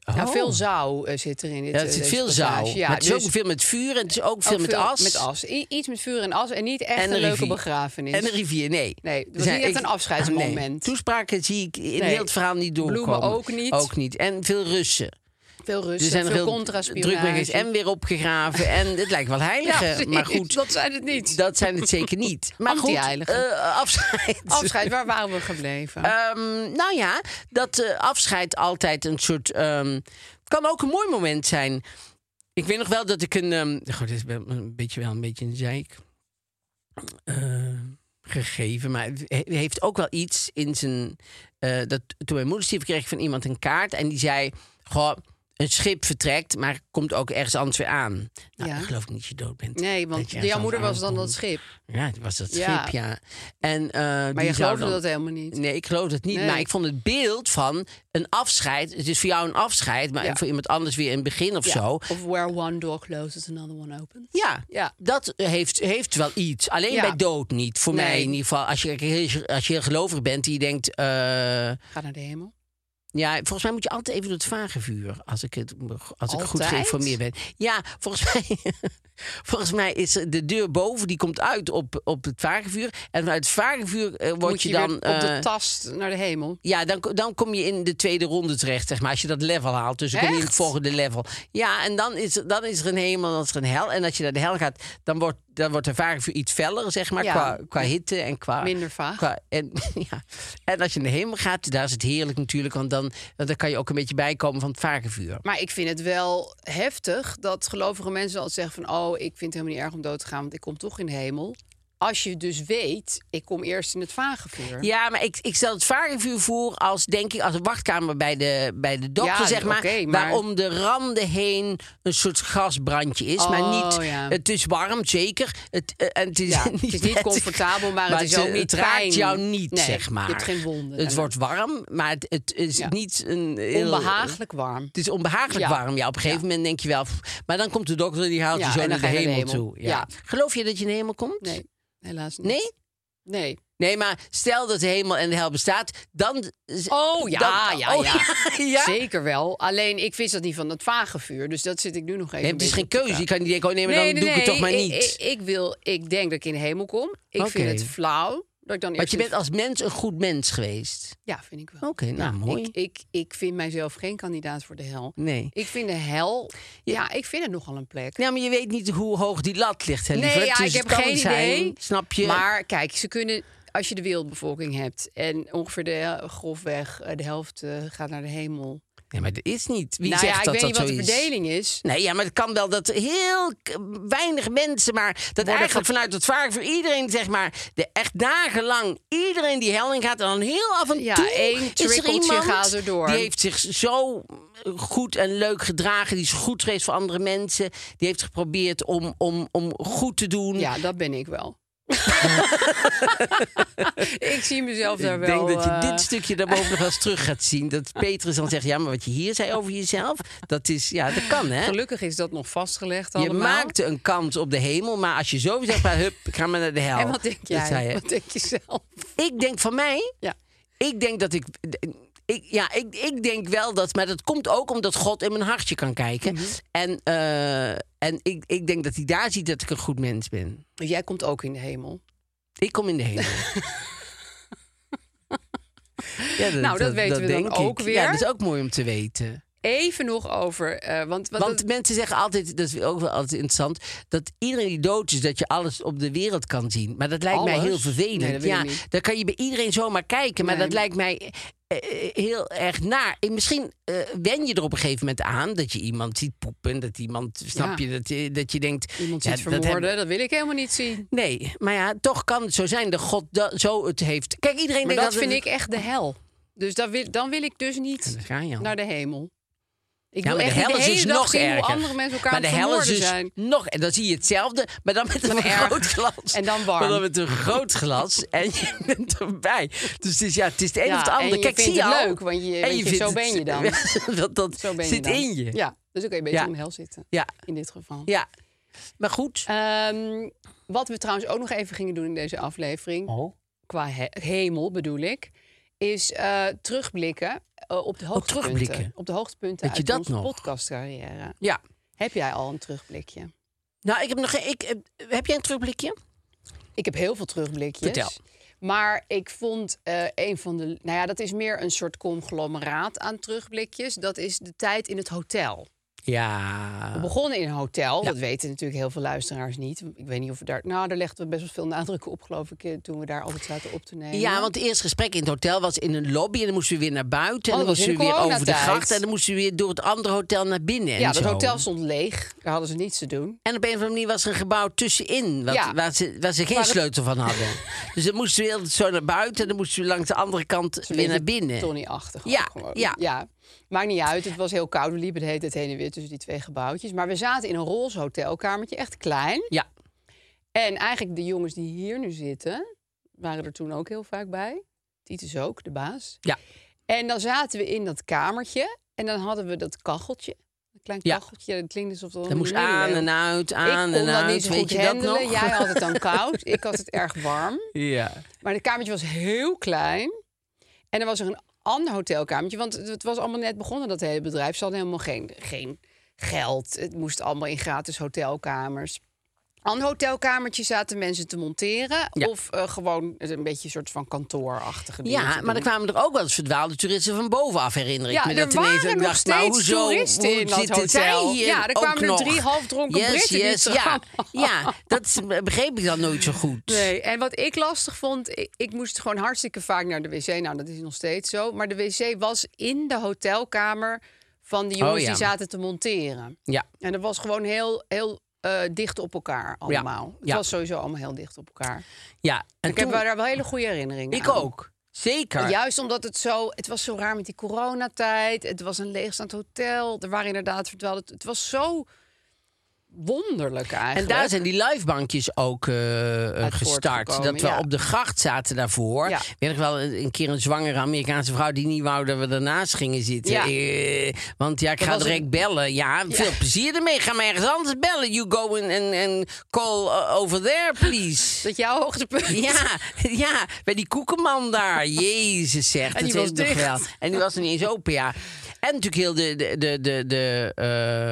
[SPEAKER 3] Nou,
[SPEAKER 1] Oh.
[SPEAKER 3] veel zou eh, zit er in dit.
[SPEAKER 1] Ja, het
[SPEAKER 3] eh,
[SPEAKER 1] zit
[SPEAKER 3] deze
[SPEAKER 1] veel
[SPEAKER 3] passage.
[SPEAKER 1] zou.
[SPEAKER 3] Ja,
[SPEAKER 1] maar het is
[SPEAKER 3] dus
[SPEAKER 1] ook veel met vuur en het is ook veel
[SPEAKER 3] ook
[SPEAKER 1] met as.
[SPEAKER 3] Met as. I- iets met vuur en as en niet echt
[SPEAKER 1] En
[SPEAKER 3] een,
[SPEAKER 1] een
[SPEAKER 3] leuke
[SPEAKER 1] rivier.
[SPEAKER 3] begrafenis.
[SPEAKER 1] En een rivier, nee. Dus
[SPEAKER 3] Nee, het was
[SPEAKER 1] Er zijn
[SPEAKER 3] niet echt
[SPEAKER 1] echt-
[SPEAKER 3] een afscheidsmoment.
[SPEAKER 1] Ah, Nee, toespraken zie ik in
[SPEAKER 3] Nee.
[SPEAKER 1] heel het verhaal niet doorkomen.
[SPEAKER 3] Bloemen ook niet.
[SPEAKER 1] Ook niet. En veel Russen.
[SPEAKER 3] Veel rust,
[SPEAKER 1] Ze zijn nog
[SPEAKER 3] veel
[SPEAKER 1] heel druk mee geweest
[SPEAKER 3] contraspionage.
[SPEAKER 1] en weer opgegraven. en het lijkt wel heilige.
[SPEAKER 3] Ja,
[SPEAKER 1] maar
[SPEAKER 3] precies.
[SPEAKER 1] goed,
[SPEAKER 3] dat zijn het niet.
[SPEAKER 1] dat zijn het zeker niet. Maar goed,
[SPEAKER 3] Anti-heiligen.
[SPEAKER 1] eh, afscheid.
[SPEAKER 3] Afscheid, waar waren we gebleven?
[SPEAKER 1] Ehm, nou ja, dat eh, afscheid altijd een soort... ehm, kan ook een mooi moment zijn. Ik weet nog wel dat ik een... ehm, goh, dit is wel een beetje, wel een beetje een zeik. eh, gegeven, maar het he- heeft ook wel iets in zijn... eh, dat, toen mijn moeder stierf kreeg ik van iemand een kaart en die zei... Goh, een schip vertrekt, maar komt ook ergens anders weer aan. Nou,
[SPEAKER 3] Ja.
[SPEAKER 1] ik geloof niet dat je dood bent.
[SPEAKER 3] nee,
[SPEAKER 1] Dat
[SPEAKER 3] want
[SPEAKER 1] je ergens
[SPEAKER 3] jouw moeder was
[SPEAKER 1] anders
[SPEAKER 3] dan dat
[SPEAKER 1] aankomt.
[SPEAKER 3] schip.
[SPEAKER 1] Ja, het was dat
[SPEAKER 3] Ja.
[SPEAKER 1] schip, ja. En, eh,
[SPEAKER 3] Maar
[SPEAKER 1] die
[SPEAKER 3] je
[SPEAKER 1] zou
[SPEAKER 3] geloofde
[SPEAKER 1] dan-
[SPEAKER 3] dat helemaal niet.
[SPEAKER 1] Nee, ik geloof het niet.
[SPEAKER 3] Nee.
[SPEAKER 1] Maar ik vond het beeld van een afscheid. Het is voor jou een afscheid, maar
[SPEAKER 3] Ja.
[SPEAKER 1] voor iemand anders weer een begin of
[SPEAKER 3] Ja.
[SPEAKER 1] zo.
[SPEAKER 3] Of where one door closes, another one opens.
[SPEAKER 1] Ja,
[SPEAKER 3] Ja.
[SPEAKER 1] dat heeft, heeft wel iets. Alleen
[SPEAKER 3] Ja.
[SPEAKER 1] bij dood niet. Voor mij
[SPEAKER 3] Nee.
[SPEAKER 1] in ieder geval. Als je, heel- als je heel gelovig bent die denkt. eh,
[SPEAKER 3] Ga naar de hemel.
[SPEAKER 1] ja, volgens mij moet je altijd even door het vage vuur. Als ik, het, als ik goed
[SPEAKER 3] Altijd?
[SPEAKER 1] geïnformeerd ben. Ja, volgens mij, volgens mij is de deur boven. Die komt uit op, op het vage vuur. En vanuit het vage vuur eh, word
[SPEAKER 3] Moet
[SPEAKER 1] je,
[SPEAKER 3] je,
[SPEAKER 1] dan.
[SPEAKER 3] weer op de
[SPEAKER 1] eh,
[SPEAKER 3] tast naar de hemel.
[SPEAKER 1] Ja, dan, dan kom je in de tweede ronde terecht, zeg maar. Als je dat level haalt, dus dan kom je in het
[SPEAKER 3] Echt?
[SPEAKER 1] volgende level. Ja, en dan is, er- dan is er een hemel, dan is er een hel. En als je naar de hel gaat, dan wordt, dan wordt de ervaring voor iets feller, zeg maar.
[SPEAKER 3] Ja.
[SPEAKER 1] Qua, qua hitte en qua...
[SPEAKER 3] Minder vaag.
[SPEAKER 1] qua- en, ja. en als je naar de hemel gaat, daar is het heerlijk natuurlijk. Want dan, want dan kan je ook een beetje bijkomen van het varenvuur.
[SPEAKER 3] Maar ik vind het wel heftig dat gelovige mensen altijd zeggen van... oh, ik vind het helemaal niet erg om dood te gaan, want ik kom toch in de hemel. Als je dus weet, ik kom eerst in het vagevuur.
[SPEAKER 1] Ja, maar ik, ik stel het varenvuur voor als, denk ik, als een wachtkamer bij de, bij de dokter,
[SPEAKER 3] Ja,
[SPEAKER 1] zeg maar,
[SPEAKER 3] oké, maar-
[SPEAKER 1] Waarom de randen heen een soort gasbrandje is. maar
[SPEAKER 3] Oh,
[SPEAKER 1] niet,
[SPEAKER 3] ja.
[SPEAKER 1] het is warm, zeker. Het, eh, en het is,
[SPEAKER 3] Ja,
[SPEAKER 1] niet,
[SPEAKER 3] het is niet
[SPEAKER 1] prettig.
[SPEAKER 3] comfortabel, maar het is ook
[SPEAKER 1] eh,
[SPEAKER 3] niet
[SPEAKER 1] Het raakt
[SPEAKER 3] fijn.
[SPEAKER 1] jou niet,
[SPEAKER 3] Nee,
[SPEAKER 1] zeg maar.
[SPEAKER 3] je hebt geen wonden
[SPEAKER 1] Het
[SPEAKER 3] daarna.
[SPEAKER 1] wordt warm, maar het, het is
[SPEAKER 3] Ja.
[SPEAKER 1] niet een... heel-
[SPEAKER 3] Onbehagelijk warm.
[SPEAKER 1] Het is onbehagelijk
[SPEAKER 3] Ja.
[SPEAKER 1] warm. Ja, op een gegeven moment denk je wel... pff, Maar dan komt de dokter en die haalt
[SPEAKER 3] Ja,
[SPEAKER 1] je zo
[SPEAKER 3] en
[SPEAKER 1] naar
[SPEAKER 3] dan
[SPEAKER 1] de
[SPEAKER 3] ga je
[SPEAKER 1] hemel,
[SPEAKER 3] naar de hemel.
[SPEAKER 1] toe. Ja.
[SPEAKER 3] Ja.
[SPEAKER 1] Geloof je dat je in de hemel komt?
[SPEAKER 3] Nee, helaas niet.
[SPEAKER 1] Nee?
[SPEAKER 3] Nee.
[SPEAKER 1] Nee, maar stel dat de hemel en de hel bestaat, dan...
[SPEAKER 3] Oh, ja,
[SPEAKER 1] dan-
[SPEAKER 3] ja,
[SPEAKER 1] oh,
[SPEAKER 3] ja.
[SPEAKER 1] ja?
[SPEAKER 3] Zeker wel. Alleen, ik wist dat niet van dat vagevuur. Dus dat zit ik nu nog even
[SPEAKER 1] Nee,
[SPEAKER 3] een
[SPEAKER 1] het is
[SPEAKER 3] beetje
[SPEAKER 1] geen
[SPEAKER 3] op te
[SPEAKER 1] keuze. Je kan niet denken, oh nee, maar dan doe ik het toch maar
[SPEAKER 3] ik-
[SPEAKER 1] niet.
[SPEAKER 3] Ik, ik wil, ik denk dat ik in de hemel kom. Ik vind
[SPEAKER 1] Oké.
[SPEAKER 3] het flauw. Dat ik dan
[SPEAKER 1] Want
[SPEAKER 3] eerst
[SPEAKER 1] je
[SPEAKER 3] in-
[SPEAKER 1] bent als mens een goed mens geweest.
[SPEAKER 3] Ja, vind ik wel.
[SPEAKER 1] Oké, nou mooi.
[SPEAKER 3] Ik, ik, ik vind mijzelf geen kandidaat voor de hel.
[SPEAKER 1] Nee.
[SPEAKER 3] Ik vind de hel... Ja, ik vind het nogal een plek.
[SPEAKER 1] Ja, maar je weet niet hoe hoog die lat ligt, hè, lieverd.
[SPEAKER 3] nee, ja,
[SPEAKER 1] Dus
[SPEAKER 3] ik
[SPEAKER 1] het
[SPEAKER 3] heb
[SPEAKER 1] kan
[SPEAKER 3] geen
[SPEAKER 1] zijn,
[SPEAKER 3] idee.
[SPEAKER 1] Snap je?
[SPEAKER 3] Maar kijk, ze kunnen... Als je de wereldbevolking hebt en ongeveer de, hel- grofweg eh, de helft eh, gaat naar de hemel.
[SPEAKER 1] Nee, maar dat is niet. Wie
[SPEAKER 3] nou
[SPEAKER 1] zegt
[SPEAKER 3] ja, ik
[SPEAKER 1] dat
[SPEAKER 3] weet
[SPEAKER 1] dat
[SPEAKER 3] niet wat
[SPEAKER 1] zo
[SPEAKER 3] de
[SPEAKER 1] is?
[SPEAKER 3] verdeling is.
[SPEAKER 1] Nee, ja, maar het kan wel dat heel k- weinig mensen, maar dat eigenlijk vanuit het vaak voor iedereen, zeg maar, de echt dagenlang iedereen die hel in gaat en dan heel af en toe
[SPEAKER 3] Ja, één
[SPEAKER 1] is er
[SPEAKER 3] trikkeltje
[SPEAKER 1] iemand
[SPEAKER 3] gaat er door.
[SPEAKER 1] die heeft zich zo goed en leuk gedragen, die is goed geweest voor andere mensen, die heeft geprobeerd om, om, om goed te doen.
[SPEAKER 3] Ja, dat ben ik wel. ik zie mezelf daar
[SPEAKER 1] Ik
[SPEAKER 3] wel.
[SPEAKER 1] denk dat je
[SPEAKER 3] eh,
[SPEAKER 1] dit stukje daarboven nog wel eens terug gaat zien. Dat Petrus dan zegt, ja, maar wat je hier zei over jezelf, dat is, ja, dat kan, hè?
[SPEAKER 3] Gelukkig is dat nog vastgelegd
[SPEAKER 1] Je
[SPEAKER 3] allemaal.
[SPEAKER 1] maakte een kans op de hemel, maar als je zo zegt, maar, hup, ik ga maar naar de hel.
[SPEAKER 3] En wat denk
[SPEAKER 1] Dat
[SPEAKER 3] jij?
[SPEAKER 1] zei je.
[SPEAKER 3] Wat denk je zelf?
[SPEAKER 1] Ik denk van mij,
[SPEAKER 3] Ja.
[SPEAKER 1] ik denk dat ik... Ik, ja, ik, ik denk wel dat, maar dat komt ook omdat God in mijn hartje kan kijken.
[SPEAKER 3] Mhm.
[SPEAKER 1] En, eh, en ik, ik denk dat hij daar ziet dat ik een goed mens ben.
[SPEAKER 3] Jij komt ook in de hemel.
[SPEAKER 1] Ik kom in de hemel. Ja,
[SPEAKER 3] Nou, dat weten we dan
[SPEAKER 1] denk
[SPEAKER 3] ook
[SPEAKER 1] ik.
[SPEAKER 3] weer.
[SPEAKER 1] Ja, dat is ook mooi om te weten.
[SPEAKER 3] Even nog over, eh, want, want,
[SPEAKER 1] Want
[SPEAKER 3] dat-
[SPEAKER 1] mensen zeggen altijd, dat is ook wel altijd interessant, dat iedereen die dood is, dat je alles op de wereld kan zien. Maar dat lijkt mij
[SPEAKER 3] Alles?
[SPEAKER 1] heel vervelend.
[SPEAKER 3] Nee, dat wil
[SPEAKER 1] ja,
[SPEAKER 3] ik niet.
[SPEAKER 1] dan kan je bij iedereen zomaar kijken, maar
[SPEAKER 3] Nee.
[SPEAKER 1] dat lijkt mij eh, eh, heel erg naar. En misschien eh, wen je er op een gegeven moment aan dat je iemand ziet poepen, dat iemand, snap
[SPEAKER 3] Ja.
[SPEAKER 1] je, dat, je- dat je denkt.
[SPEAKER 3] iemand
[SPEAKER 1] ja,
[SPEAKER 3] zit
[SPEAKER 1] dat heb-
[SPEAKER 3] vermoorden, dat, wil ik helemaal niet zien.
[SPEAKER 1] Nee, maar ja, toch kan het zo zijn dat God da- zo het heeft. Kijk, iedereen
[SPEAKER 3] Maar
[SPEAKER 1] denkt
[SPEAKER 3] dat vind
[SPEAKER 1] het-
[SPEAKER 3] ik echt de hel. Dus dat wil, dan wil ik dus niet
[SPEAKER 1] Daar ga je al.
[SPEAKER 3] naar de hemel. Ik
[SPEAKER 1] Ja,
[SPEAKER 3] wil
[SPEAKER 1] maar de
[SPEAKER 3] echt niet
[SPEAKER 1] hel is
[SPEAKER 3] de hele
[SPEAKER 1] dus
[SPEAKER 3] dag
[SPEAKER 1] nog
[SPEAKER 3] zien
[SPEAKER 1] erger.
[SPEAKER 3] hoe andere mensen elkaar
[SPEAKER 1] maar
[SPEAKER 3] aan
[SPEAKER 1] de
[SPEAKER 3] het
[SPEAKER 1] hel is
[SPEAKER 3] vermoorden
[SPEAKER 1] dus
[SPEAKER 3] zijn.
[SPEAKER 1] nog. En dan zie je hetzelfde, maar dan met een
[SPEAKER 3] Maar erger.
[SPEAKER 1] groot glas.
[SPEAKER 3] En dan warm.
[SPEAKER 1] Maar dan met een groot glas en je bent erbij. Dus het is, ja, het is het een
[SPEAKER 3] Ja,
[SPEAKER 1] of het
[SPEAKER 3] en
[SPEAKER 1] ander.
[SPEAKER 3] je
[SPEAKER 1] Kijk,
[SPEAKER 3] vindt
[SPEAKER 1] zie
[SPEAKER 3] het
[SPEAKER 1] al.
[SPEAKER 3] leuk, want je-
[SPEAKER 1] en
[SPEAKER 3] want je-
[SPEAKER 1] vindt
[SPEAKER 3] zo
[SPEAKER 1] het-
[SPEAKER 3] ben je dan.
[SPEAKER 1] dat dat
[SPEAKER 3] Zo ben je
[SPEAKER 1] zit
[SPEAKER 3] dan.
[SPEAKER 1] in je.
[SPEAKER 3] Ja. Dus dan kun je beter
[SPEAKER 1] Ja.
[SPEAKER 3] in de hel zitten,
[SPEAKER 1] Ja,
[SPEAKER 3] in dit geval.
[SPEAKER 1] ja. Maar goed.
[SPEAKER 3] Ehm, wat we trouwens ook nog even gingen doen in deze aflevering,
[SPEAKER 1] Oh.
[SPEAKER 3] qua he- hemel bedoel ik, is eh, terugblikken eh, op de hoogtepunten.
[SPEAKER 1] terugblikken.
[SPEAKER 3] Op de hoogtepunten
[SPEAKER 1] Weet je
[SPEAKER 3] uit
[SPEAKER 1] dat
[SPEAKER 3] onze
[SPEAKER 1] nog?
[SPEAKER 3] podcastcarrière.
[SPEAKER 1] Ja.
[SPEAKER 3] Heb jij al een terugblikje?
[SPEAKER 1] Nou, ik heb nog geen- ik, eh, Heb jij een terugblikje?
[SPEAKER 3] Ik heb heel veel terugblikjes.
[SPEAKER 1] Vertel.
[SPEAKER 3] Maar ik vond eh, een van de... Nou ja, dat is meer een soort conglomeraat aan terugblikjes. Dat is de tijd in het hotel. We
[SPEAKER 1] Ja.
[SPEAKER 3] begonnen in een hotel. Dat weten natuurlijk heel veel luisteraars niet. Ik weet niet of we daar... Nou, daar legden we best wel veel nadruk op, geloof ik... eh, toen we daar altijd zaten op te nemen.
[SPEAKER 1] Ja, want het eerste gesprek in het hotel was in een lobby. En dan moesten we weer naar buiten. En
[SPEAKER 3] Oh,
[SPEAKER 1] dan
[SPEAKER 3] dat was
[SPEAKER 1] moesten we
[SPEAKER 3] in de
[SPEAKER 1] weer over de
[SPEAKER 3] coronatijd.
[SPEAKER 1] gracht. En dan moesten we weer door het andere hotel naar binnen.
[SPEAKER 3] Ja,
[SPEAKER 1] en
[SPEAKER 3] dat
[SPEAKER 1] zo.
[SPEAKER 3] hotel stond leeg. Daar hadden ze niets te doen.
[SPEAKER 1] En op een of andere manier was er een gebouw tussenin. Wat,
[SPEAKER 3] Ja.
[SPEAKER 1] waar, ze, waar ze geen
[SPEAKER 3] Waar het-
[SPEAKER 1] sleutel van hadden. dus dan moesten we heel zo naar buiten. En dan moesten we langs de andere kant
[SPEAKER 3] Een
[SPEAKER 1] weer naar
[SPEAKER 3] beetje
[SPEAKER 1] binnen.
[SPEAKER 3] Tony-achtig. ook
[SPEAKER 1] Ja,
[SPEAKER 3] gewoon.
[SPEAKER 1] ja.
[SPEAKER 3] Maakt niet uit. Het was heel koud. We liepen de hele tijd heen en weer tussen die twee gebouwtjes. Maar we zaten in een roze hotelkamertje. Echt klein.
[SPEAKER 1] Ja.
[SPEAKER 3] En eigenlijk de jongens die hier nu zitten, waren er toen ook heel vaak bij. Titus ook, de baas.
[SPEAKER 1] Ja.
[SPEAKER 3] En dan zaten we in dat kamertje en dan hadden we dat kacheltje. Een klein
[SPEAKER 1] Ja.
[SPEAKER 3] kacheltje, dat klinkt alsof dat...
[SPEAKER 1] Dat moest aan en uit,
[SPEAKER 3] Ik
[SPEAKER 1] aan
[SPEAKER 3] kon
[SPEAKER 1] en
[SPEAKER 3] dat
[SPEAKER 1] uit.
[SPEAKER 3] niet zo
[SPEAKER 1] Weet
[SPEAKER 3] goed
[SPEAKER 1] je dat
[SPEAKER 3] handelen.
[SPEAKER 1] nog?
[SPEAKER 3] Jij had het dan koud, ik had het erg warm.
[SPEAKER 1] Ja.
[SPEAKER 3] Maar het kamertje was heel klein. En er was er een ander hotelkamertje. Want het- het was allemaal net begonnen, dat hele bedrijf. Ze hadden helemaal geen, geen geld. Het moest allemaal in gratis hotelkamers. Ander hotelkamertje zaten mensen te monteren.
[SPEAKER 1] Ja.
[SPEAKER 3] Of eh, gewoon het een beetje een soort van kantoorachtige dingen te
[SPEAKER 1] Ja, maar
[SPEAKER 3] doen.
[SPEAKER 1] er kwamen er ook wel eens verdwaalde toeristen van bovenaf, herinner ik
[SPEAKER 3] Ja,
[SPEAKER 1] me.
[SPEAKER 3] er
[SPEAKER 1] Dat
[SPEAKER 3] waren
[SPEAKER 1] ineens, ik
[SPEAKER 3] nog
[SPEAKER 1] dacht, nou,
[SPEAKER 3] steeds
[SPEAKER 1] hoezo,
[SPEAKER 3] toeristen
[SPEAKER 1] hoe
[SPEAKER 3] in dat
[SPEAKER 1] zitten
[SPEAKER 3] hotel.
[SPEAKER 1] zij hier
[SPEAKER 3] Ja, er
[SPEAKER 1] ook
[SPEAKER 3] kwamen er
[SPEAKER 1] nog?
[SPEAKER 3] drie halfdronken
[SPEAKER 1] yes,
[SPEAKER 3] Britten die
[SPEAKER 1] yes,
[SPEAKER 3] terug-
[SPEAKER 1] ja. ja, dat is- begreep ik dan nooit zo goed.
[SPEAKER 3] Nee, en wat ik lastig vond, ik, ik moest gewoon hartstikke vaak naar de wc. Nou, dat is nog steeds zo. Maar de wc was in de hotelkamer van de jongens
[SPEAKER 1] Oh ja.
[SPEAKER 3] die zaten te monteren.
[SPEAKER 1] Ja,
[SPEAKER 3] En dat was gewoon heel, heel eh, dicht op elkaar allemaal. Het
[SPEAKER 1] ja.
[SPEAKER 3] was sowieso allemaal heel dicht op elkaar.
[SPEAKER 1] ja. En
[SPEAKER 3] ik heb
[SPEAKER 1] toen-
[SPEAKER 3] daar wel hele goede herinneringen
[SPEAKER 1] ik
[SPEAKER 3] aan.
[SPEAKER 1] ook. Zeker.
[SPEAKER 3] Juist omdat het zo, het was zo raar met die coronatijd. Het was een leegstaand hotel. Er waren inderdaad verdwaalde. Het was zo wonderlijk eigenlijk.
[SPEAKER 1] En daar zijn die livebankjes ook eh, eh, gestart.
[SPEAKER 3] voortgekomen,
[SPEAKER 1] Dat we
[SPEAKER 3] ja.
[SPEAKER 1] op de gracht zaten daarvoor.
[SPEAKER 3] Ja.
[SPEAKER 1] Weet ik wel, een, een keer een zwangere Amerikaanse vrouw... die niet wou dat we daarnaast gingen zitten.
[SPEAKER 3] Ja.
[SPEAKER 1] Eh, want ja, ik ga
[SPEAKER 3] was een-
[SPEAKER 1] direct bellen. Ja, veel plezier ermee. Ga maar ergens anders bellen. You go and, and, and call uh, over there, please.
[SPEAKER 3] Dat jouw hoogtepunt.
[SPEAKER 1] Ja, ja, bij die koekenman daar. Jezus zegt,
[SPEAKER 3] En die
[SPEAKER 1] dat
[SPEAKER 3] was
[SPEAKER 1] weet ik nog wel.
[SPEAKER 3] dicht.
[SPEAKER 1] En die was nog niet eens open, ja. En natuurlijk heel de, de, de, de, de,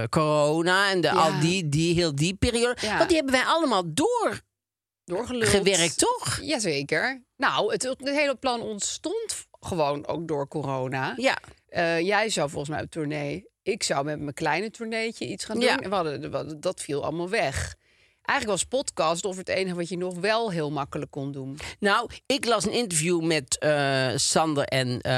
[SPEAKER 1] eh, corona en de, al die, die, heel die periode.
[SPEAKER 3] Ja.
[SPEAKER 1] Want die hebben wij allemaal doorgewerkt,
[SPEAKER 3] Doorgeluld.
[SPEAKER 1] toch?
[SPEAKER 3] Jazeker. Nou, het, het hele plan ontstond f- gewoon ook door corona.
[SPEAKER 1] Ja.
[SPEAKER 3] Eh, jij zou volgens mij op tournee. Ik zou met mijn kleine tourneetje iets gaan doen.
[SPEAKER 1] Ja.
[SPEAKER 3] En we hadden, we hadden- dat viel allemaal weg. Eigenlijk was podcast of het enige wat je nog wel heel makkelijk kon doen.
[SPEAKER 1] Nou, ik las een interview met eh, Sander en eh,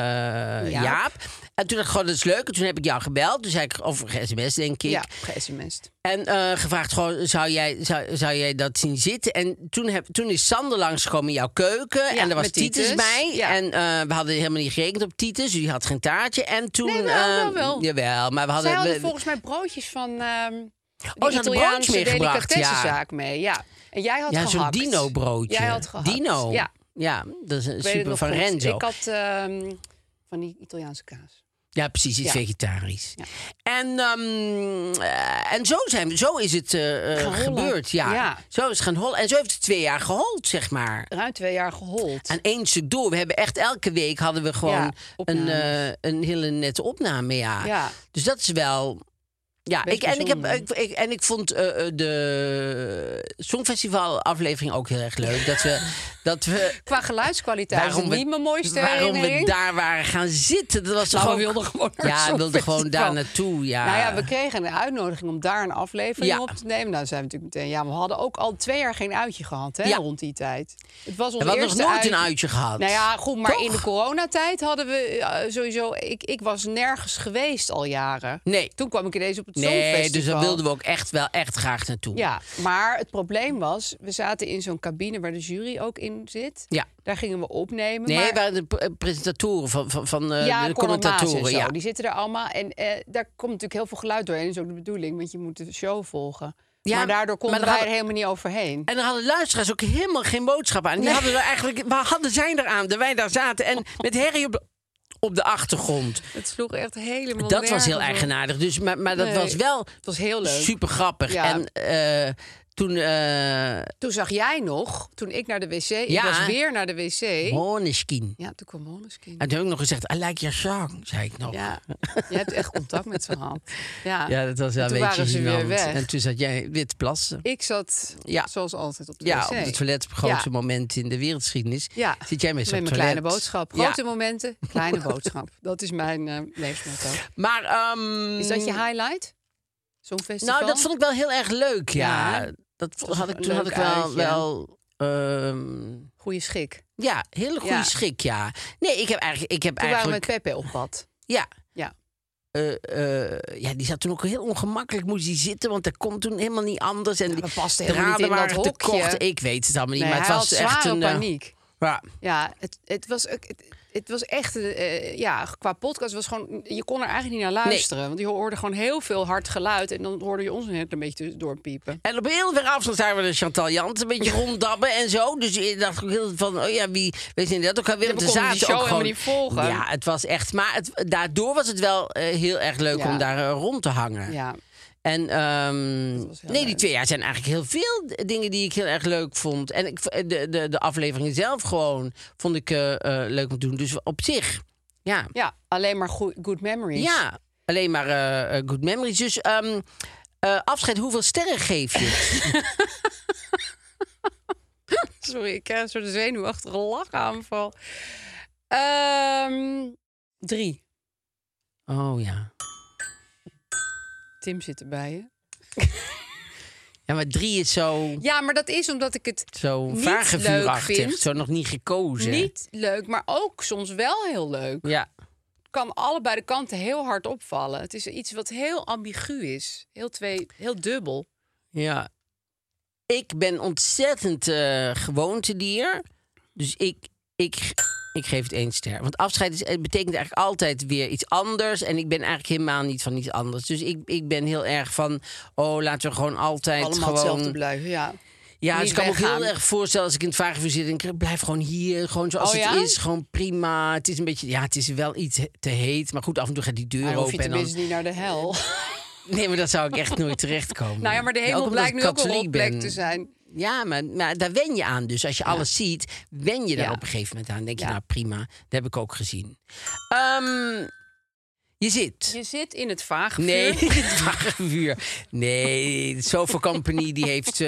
[SPEAKER 3] Jaap.
[SPEAKER 1] Jaap. En toen dacht ik, goh, dat is leuk. En toen heb ik jou gebeld. Toen zei ik, of sms denk ik.
[SPEAKER 3] Ja, ge-sms'd.
[SPEAKER 1] En eh, gevraagd, gewoon, zou, jij, zou, zou jij dat zien zitten? En toen, heb, toen is Sander langsgekomen in jouw keuken.
[SPEAKER 3] Ja,
[SPEAKER 1] en er was
[SPEAKER 3] met
[SPEAKER 1] Titus,
[SPEAKER 3] Titus,
[SPEAKER 1] bij.
[SPEAKER 3] ja.
[SPEAKER 1] En eh, we hadden helemaal niet gerekend op Titus. Dus die had geen taartje. En toen...
[SPEAKER 3] Nee, wel,
[SPEAKER 1] eh,
[SPEAKER 3] wel, wel.
[SPEAKER 1] Jawel, maar we hadden...
[SPEAKER 3] Zij hadden
[SPEAKER 1] we-
[SPEAKER 3] volgens mij broodjes van ehm
[SPEAKER 1] hadden
[SPEAKER 3] de
[SPEAKER 1] broodjes
[SPEAKER 3] Italiaanse
[SPEAKER 1] meegebracht, ja.
[SPEAKER 3] delicatessenzaak mee. Ja. En jij had
[SPEAKER 1] ja, zo'n
[SPEAKER 3] gehakt.
[SPEAKER 1] dino-broodje.
[SPEAKER 3] Jij had gehakt.
[SPEAKER 1] Dino.
[SPEAKER 3] Ja,
[SPEAKER 1] Ja, dat is een
[SPEAKER 3] ik weet het
[SPEAKER 1] super
[SPEAKER 3] nog
[SPEAKER 1] van
[SPEAKER 3] goed.
[SPEAKER 1] Renzo.
[SPEAKER 3] Ik had ehm, van die Italiaanse kaas.
[SPEAKER 1] Ja, precies, iets
[SPEAKER 3] Ja.
[SPEAKER 1] vegetarisch.
[SPEAKER 3] Ja.
[SPEAKER 1] En, ehm, eh, en zo, zijn, we- zo is het eh, eh,
[SPEAKER 3] Gaan hollen.
[SPEAKER 1] gebeurd. Ja.
[SPEAKER 3] Ja.
[SPEAKER 1] Zo is het gaan hollen. En zo heeft het twee jaar gehold, zeg maar.
[SPEAKER 3] ruim twee jaar gehold.
[SPEAKER 1] aan één stuk door. We hebben echt elke week hadden we gewoon
[SPEAKER 3] Ja,
[SPEAKER 1] een,
[SPEAKER 3] opnames.
[SPEAKER 1] eh, een hele nette opname. Ja.
[SPEAKER 3] Ja.
[SPEAKER 1] Dus dat is wel. Ja,
[SPEAKER 3] Best
[SPEAKER 1] ik, en, ik heb, ik,
[SPEAKER 3] bijzonder.
[SPEAKER 1] ik- en ik vond eh, eh, de Songfestival-aflevering ook heel erg leuk. Dat we, dat we
[SPEAKER 3] Qua geluidskwaliteit is het niet mijn mooiste
[SPEAKER 1] waarom we
[SPEAKER 3] herinnering.
[SPEAKER 1] daar waren gaan zitten. Dat was
[SPEAKER 3] Maar
[SPEAKER 1] toch
[SPEAKER 3] we
[SPEAKER 1] ook-
[SPEAKER 3] wilden gewoon naar het
[SPEAKER 1] Ja, we wilden gewoon
[SPEAKER 3] Songfestival.
[SPEAKER 1] daar naartoe. Ja.
[SPEAKER 3] Nou ja, we kregen een uitnodiging om daar een aflevering
[SPEAKER 1] Ja.
[SPEAKER 3] op te nemen. Nou, zijn we natuurlijk meteen. Ja, we hadden ook al twee jaar geen uitje gehad hè,
[SPEAKER 1] Ja.
[SPEAKER 3] rond die tijd. Het was ons
[SPEAKER 1] we hadden nog
[SPEAKER 3] eerste
[SPEAKER 1] nooit een uitje gehad.
[SPEAKER 3] Nou ja, goed, maar
[SPEAKER 1] Toch?
[SPEAKER 3] in de coronatijd hadden we eh, sowieso. Ik, ik was nergens geweest al jaren.
[SPEAKER 1] Nee.
[SPEAKER 3] Toen kwam ik ineens op het
[SPEAKER 1] Nee, dus
[SPEAKER 3] Songfestival.
[SPEAKER 1] daar wilden we ook echt wel echt graag naartoe.
[SPEAKER 3] Ja, maar het probleem was, we zaten in zo'n cabine waar de jury ook in zit.
[SPEAKER 1] Ja.
[SPEAKER 3] Daar gingen we opnemen.
[SPEAKER 1] Nee,
[SPEAKER 3] maar...
[SPEAKER 1] we waren de pre- eh, presentatoren van, van, van eh, de
[SPEAKER 3] ja, Conor Maas en
[SPEAKER 1] commentatoren.
[SPEAKER 3] zo,
[SPEAKER 1] Ja.
[SPEAKER 3] Die zitten er allemaal. En eh, daar komt natuurlijk heel veel geluid doorheen. Dat is ook de bedoeling, want je moet de show volgen.
[SPEAKER 1] Ja,
[SPEAKER 3] maar daardoor konden
[SPEAKER 1] maar
[SPEAKER 3] wij
[SPEAKER 1] dan
[SPEAKER 3] er helemaal niet overheen.
[SPEAKER 1] En dan hadden luisteraars ook helemaal geen boodschap aan. Die hadden er eigenlijk, waar hadden zij eraan dat wij daar zaten en met herrie op de, op de achtergrond.
[SPEAKER 3] Het sloeg echt helemaal
[SPEAKER 1] Dat was heel
[SPEAKER 3] nergens op.
[SPEAKER 1] eigenaardig. Dus, maar, maar dat
[SPEAKER 3] Nee,
[SPEAKER 1] was wel
[SPEAKER 3] Het was heel leuk.
[SPEAKER 1] super grappig.
[SPEAKER 3] Ja.
[SPEAKER 1] En eh, toen. eh
[SPEAKER 3] Toen zag jij nog, toen ik naar de wc,
[SPEAKER 1] Ja.
[SPEAKER 3] ik was weer naar de wc.
[SPEAKER 1] Måneskin.
[SPEAKER 3] Ja, toen kwam Måneskin.
[SPEAKER 1] En toen heb ik nog gezegd: I like your song, zei ik nog.
[SPEAKER 3] Ja, je hebt echt contact met zijn hand. Ja,
[SPEAKER 1] Ja, dat was wel
[SPEAKER 3] En
[SPEAKER 1] een
[SPEAKER 3] toen
[SPEAKER 1] beetje
[SPEAKER 3] waren ze weer
[SPEAKER 1] gênant.
[SPEAKER 3] weg.
[SPEAKER 1] En toen zat jij wit plassen.
[SPEAKER 3] Ik zat
[SPEAKER 1] Ja.
[SPEAKER 3] zoals altijd op de
[SPEAKER 1] Ja,
[SPEAKER 3] wc.
[SPEAKER 1] op het toilet, op het grootste
[SPEAKER 3] Ja.
[SPEAKER 1] moment in de wereldgeschiedenis.
[SPEAKER 3] Ja,
[SPEAKER 1] Zit jij meestal
[SPEAKER 3] met
[SPEAKER 1] op
[SPEAKER 3] mijn
[SPEAKER 1] het
[SPEAKER 3] kleine
[SPEAKER 1] toilet.
[SPEAKER 3] boodschap.
[SPEAKER 1] Ja.
[SPEAKER 3] Grote momenten, kleine boodschap. Dat is mijn eh levensmotto.
[SPEAKER 1] Maar, ehm,
[SPEAKER 3] Is dat je highlight? Zo'n festival?
[SPEAKER 1] Nou, dat vond ik wel heel erg leuk, ja.
[SPEAKER 3] Ja,
[SPEAKER 1] Dat vond-
[SPEAKER 3] was
[SPEAKER 1] had ik,
[SPEAKER 3] een
[SPEAKER 1] toen had
[SPEAKER 3] leuk
[SPEAKER 1] ik wel...
[SPEAKER 3] uitje.
[SPEAKER 1] wel ehm,
[SPEAKER 3] Goeie schik. Toen
[SPEAKER 1] ja, hele goede
[SPEAKER 3] Ja.
[SPEAKER 1] schik, ja. Nee, ik heb eigenlijk... Ik heb
[SPEAKER 3] waren we met
[SPEAKER 1] eigenlijk
[SPEAKER 3] Pepe op pad.
[SPEAKER 1] ja,
[SPEAKER 3] Ja.
[SPEAKER 1] eh, eh, ja, die zat toen ook heel ongemakkelijk, moest hij zitten, want dat kon toen helemaal niet anders. En
[SPEAKER 3] Ja,
[SPEAKER 1] die
[SPEAKER 3] we pasten helemaal
[SPEAKER 1] draden
[SPEAKER 3] niet in dat
[SPEAKER 1] waren te
[SPEAKER 3] hokje.
[SPEAKER 1] kort. Ik weet het allemaal niet,
[SPEAKER 3] Nee,
[SPEAKER 1] maar het
[SPEAKER 3] hij
[SPEAKER 1] was
[SPEAKER 3] had
[SPEAKER 1] echt
[SPEAKER 3] zware
[SPEAKER 1] een... eh,
[SPEAKER 3] paniek.
[SPEAKER 1] ja,
[SPEAKER 3] Ja, het, het was ook- het, het was echt eh, ja, qua podcast was gewoon je kon er eigenlijk niet naar luisteren, want je hoorde gewoon heel veel hard geluid en dan hoorde je ons net een beetje tussendoor piepen.
[SPEAKER 1] En op heel ver afstand zijn we de Chantal Jans een beetje ronddabben en zo. Dus ik dacht ook heel de tijd van, oh ja, wie weet je dat ook alweer?
[SPEAKER 3] Ja,
[SPEAKER 1] Want
[SPEAKER 3] we
[SPEAKER 1] er
[SPEAKER 3] konden die
[SPEAKER 1] zaten
[SPEAKER 3] show
[SPEAKER 1] ook gewoon...
[SPEAKER 3] helemaal niet volgen.
[SPEAKER 1] Ja, het was echt... Maar het, daardoor was het wel eh, heel erg leuk
[SPEAKER 3] Ja.
[SPEAKER 1] om daar eh, rond te hangen.
[SPEAKER 3] Ja,
[SPEAKER 1] En ehm,
[SPEAKER 3] was heel
[SPEAKER 1] nee, die
[SPEAKER 3] leuk.
[SPEAKER 1] twee jaar zijn eigenlijk heel veel d- dingen die ik heel erg leuk vond. En ik, v- eh, de, de, de afleveringen zelf gewoon vond ik eh, eh, leuk om te doen. Dus op zich, ja.
[SPEAKER 3] ja, alleen maar goed, good memories.
[SPEAKER 1] Ja, alleen maar eh, eh, good memories. Dus ehm, eh, afscheid, hoeveel sterren geef je?
[SPEAKER 3] Sorry, ik krijg een soort zenuwachtige lachaanval. Ehm, drie.
[SPEAKER 1] Oh ja.
[SPEAKER 3] Tim zit erbij. Hè?
[SPEAKER 1] Ja, maar drie is zo,
[SPEAKER 3] Ja, maar dat is omdat ik het
[SPEAKER 1] zo
[SPEAKER 3] niet leuk
[SPEAKER 1] vagevuurachtig.
[SPEAKER 3] vind.
[SPEAKER 1] Zo nog niet gekozen.
[SPEAKER 3] niet leuk, maar ook soms wel heel leuk.
[SPEAKER 1] Ja.
[SPEAKER 3] kan allebei de kanten heel hard opvallen. Het is iets wat heel ambigu is. Heel, twee, heel dubbel.
[SPEAKER 1] ja. Ik ben ontzettend eh gewoontedier. Dus ik, ik, ik geef het één ster. Want afscheid is, het betekent eigenlijk altijd weer iets anders. En ik ben eigenlijk helemaal niet van iets anders. Dus ik, ik ben heel erg van... Oh, laten we gewoon altijd
[SPEAKER 3] Allemaal
[SPEAKER 1] gewoon...
[SPEAKER 3] hetzelfde blijven, ja.
[SPEAKER 1] Ja, dus
[SPEAKER 3] Niet
[SPEAKER 1] ik kan me ook
[SPEAKER 3] weggaan.
[SPEAKER 1] heel erg voorstellen als ik in het vagevuur zit... en ik blijf gewoon hier, gewoon zoals
[SPEAKER 3] Oh,
[SPEAKER 1] het
[SPEAKER 3] ja?
[SPEAKER 1] is. Gewoon prima. Het is een beetje... Ja, het is wel iets te heet. Maar goed, af en toe gaat die deur
[SPEAKER 3] Maar
[SPEAKER 1] open.
[SPEAKER 3] Ah, hoef je
[SPEAKER 1] en dan,
[SPEAKER 3] tenminste niet naar de hel.
[SPEAKER 1] Nee, maar dat zou ik echt nooit terechtkomen.
[SPEAKER 3] nou ja, maar de
[SPEAKER 1] ook
[SPEAKER 3] hemel
[SPEAKER 1] omdat
[SPEAKER 3] blijkt
[SPEAKER 1] ik
[SPEAKER 3] nu ook een
[SPEAKER 1] katholiek
[SPEAKER 3] rotplek
[SPEAKER 1] ben.
[SPEAKER 3] te zijn.
[SPEAKER 1] Ja, maar, maar daar wen je aan dus. Als je alles ziet, wen je daar
[SPEAKER 3] Ja.
[SPEAKER 1] op een gegeven moment aan. denk je,
[SPEAKER 3] Ja.
[SPEAKER 1] nou prima, dat heb ik ook gezien. Ehm, je zit.
[SPEAKER 3] Je zit in het vagevuur.
[SPEAKER 1] Nee, het vagevuur. Nee, de Sofa Company die heeft, eh,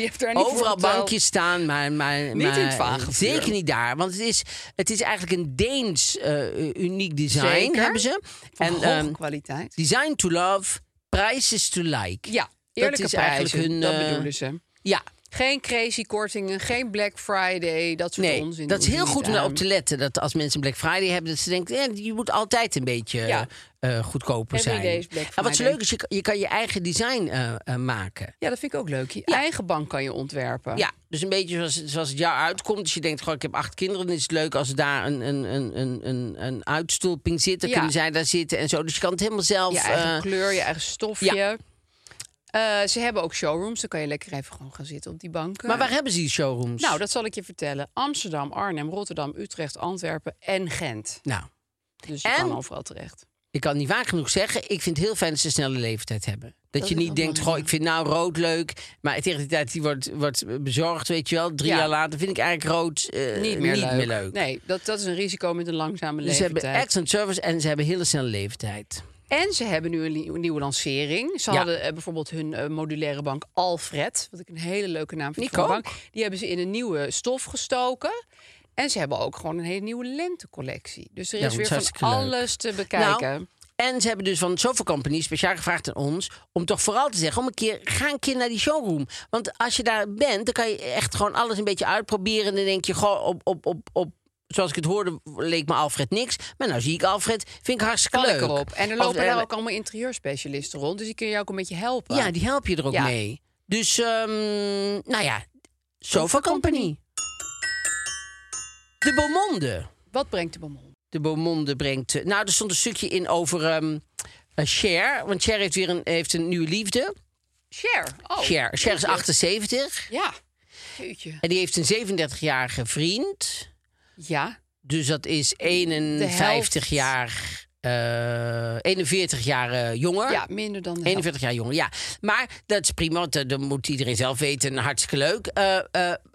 [SPEAKER 3] heeft daar niet voor
[SPEAKER 1] overal
[SPEAKER 3] betaald.
[SPEAKER 1] bankjes staan, maar, maar,
[SPEAKER 3] in
[SPEAKER 1] maar
[SPEAKER 3] het vagevuur.
[SPEAKER 1] Zeker niet daar, want het is, het is eigenlijk een Deens eh, uniek design
[SPEAKER 3] Zeker.
[SPEAKER 1] hebben ze.
[SPEAKER 3] Van
[SPEAKER 1] en
[SPEAKER 3] hoge
[SPEAKER 1] ehm,
[SPEAKER 3] kwaliteit.
[SPEAKER 1] design to love, prices to like.
[SPEAKER 3] Ja, eerlijke
[SPEAKER 1] is
[SPEAKER 3] prijzen.
[SPEAKER 1] eigenlijk hun,
[SPEAKER 3] dat
[SPEAKER 1] eh,
[SPEAKER 3] bedoelen ze.
[SPEAKER 1] Ja,
[SPEAKER 3] Geen crazy kortingen, geen Black Friday, dat soort
[SPEAKER 1] nee,
[SPEAKER 3] onzin.
[SPEAKER 1] dat is
[SPEAKER 3] doen ze
[SPEAKER 1] heel
[SPEAKER 3] niet
[SPEAKER 1] goed om
[SPEAKER 3] aan.
[SPEAKER 1] daarop te letten. Dat als mensen Black Friday hebben, dat ze denken... eh, je moet altijd een beetje
[SPEAKER 3] Ja.
[SPEAKER 1] eh, goedkoper
[SPEAKER 3] Every
[SPEAKER 1] zijn.
[SPEAKER 3] day is Black
[SPEAKER 1] en wat zo
[SPEAKER 3] Friday.
[SPEAKER 1] leuk is, je, kan- je kan je eigen design eh, eh, maken.
[SPEAKER 3] Ja, dat vind ik ook leuk. Je eigen bank kan je ontwerpen.
[SPEAKER 1] Ja, dus een beetje zoals, zoals het jou uitkomt. Dus je denkt, gewoon, ik heb acht kinderen, dan is het leuk als daar een, een, een, een, een, een uitstulping zit. Dan
[SPEAKER 3] Ja.
[SPEAKER 1] kunnen zij daar zitten en zo. Dus je kan het helemaal zelf...
[SPEAKER 3] je eigen
[SPEAKER 1] eh,
[SPEAKER 3] kleur, je eigen stofje. Eh, ze hebben ook showrooms, dan kan je lekker even gewoon gaan zitten op die banken.
[SPEAKER 1] maar waar hebben ze die showrooms?
[SPEAKER 3] Nou, dat zal ik je vertellen. Amsterdam, Arnhem, Rotterdam, Utrecht, Antwerpen en Gent.
[SPEAKER 1] nou,
[SPEAKER 3] Dus je
[SPEAKER 1] En-
[SPEAKER 3] kan overal terecht.
[SPEAKER 1] ik kan niet vaak genoeg zeggen. Ik vind het heel fijn dat ze een snelle leeftijd hebben. Dat,
[SPEAKER 3] Dat
[SPEAKER 1] je
[SPEAKER 3] is
[SPEAKER 1] niet
[SPEAKER 3] ook
[SPEAKER 1] denkt,
[SPEAKER 3] waar,
[SPEAKER 1] goh,
[SPEAKER 3] ja.
[SPEAKER 1] ik vind nou rood leuk. Maar tegen de tijd die wordt, wordt bezorgd, weet je wel. Drie
[SPEAKER 3] Ja.
[SPEAKER 1] jaar later vind ik eigenlijk rood eh,
[SPEAKER 3] niet meer leuk. Nee, dat, dat is een risico met een langzame
[SPEAKER 1] dus ze hebben
[SPEAKER 3] leeftijd.
[SPEAKER 1] excellent service en ze hebben een hele snelle leeftijd.
[SPEAKER 3] En ze hebben nu een li- nieuwe lancering. Ze
[SPEAKER 1] Ja.
[SPEAKER 3] hadden eh, bijvoorbeeld hun eh, modulaire bank Alfred. Wat ik een hele leuke naam vind
[SPEAKER 1] Ik
[SPEAKER 3] voor een
[SPEAKER 1] ook.
[SPEAKER 3] bank. Die hebben ze in een nieuwe stof gestoken. En ze hebben ook gewoon een hele nieuwe lentecollectie. Dus er
[SPEAKER 1] Ja, dat
[SPEAKER 3] is weer
[SPEAKER 1] is
[SPEAKER 3] van
[SPEAKER 1] hartstikke leuk.
[SPEAKER 3] alles te bekijken.
[SPEAKER 1] Nou, en ze hebben dus van Sofa Company speciaal gevraagd aan ons... om toch vooral te zeggen, om een keer, ga een keer naar die showroom. Want als je daar bent, dan kan je echt gewoon alles een beetje uitproberen. En dan denk je, goh, op, op, op, op, zoals ik het hoorde, leek me Alfred niks. Maar nou zie ik Alfred, vind ik hartstikke
[SPEAKER 3] kan
[SPEAKER 1] leuk.
[SPEAKER 3] ik erop. En er
[SPEAKER 1] Of-
[SPEAKER 3] lopen daar ook allemaal interieurspecialisten rond. Dus die kun je ook een beetje helpen.
[SPEAKER 1] Ja, die help je er ook
[SPEAKER 3] Ja.
[SPEAKER 1] mee. Dus, ehm, nou ja, Sofa
[SPEAKER 3] Sofa Company.
[SPEAKER 1] Company. De Beaumonde.
[SPEAKER 3] Wat brengt de bonbon?
[SPEAKER 1] De Beaumonde brengt... eh, Nou, er stond een stukje in over ehm eh, Cher. Want Cher heeft weer een, heeft een nieuwe liefde.
[SPEAKER 3] Share. Oh,
[SPEAKER 1] Cher. Cher is 78.
[SPEAKER 3] Ja. Jeetje.
[SPEAKER 1] En die heeft een 37-jarige vriend.
[SPEAKER 3] Ja.
[SPEAKER 1] Dus dat is 51 jaar, eh, 41 jaar eh, jonger.
[SPEAKER 3] Ja, minder dan de helft.
[SPEAKER 1] 41 jaar jonger, ja. Maar dat is prima, want eh, dat moet iedereen zelf weten. Hartstikke leuk. Eh, eh,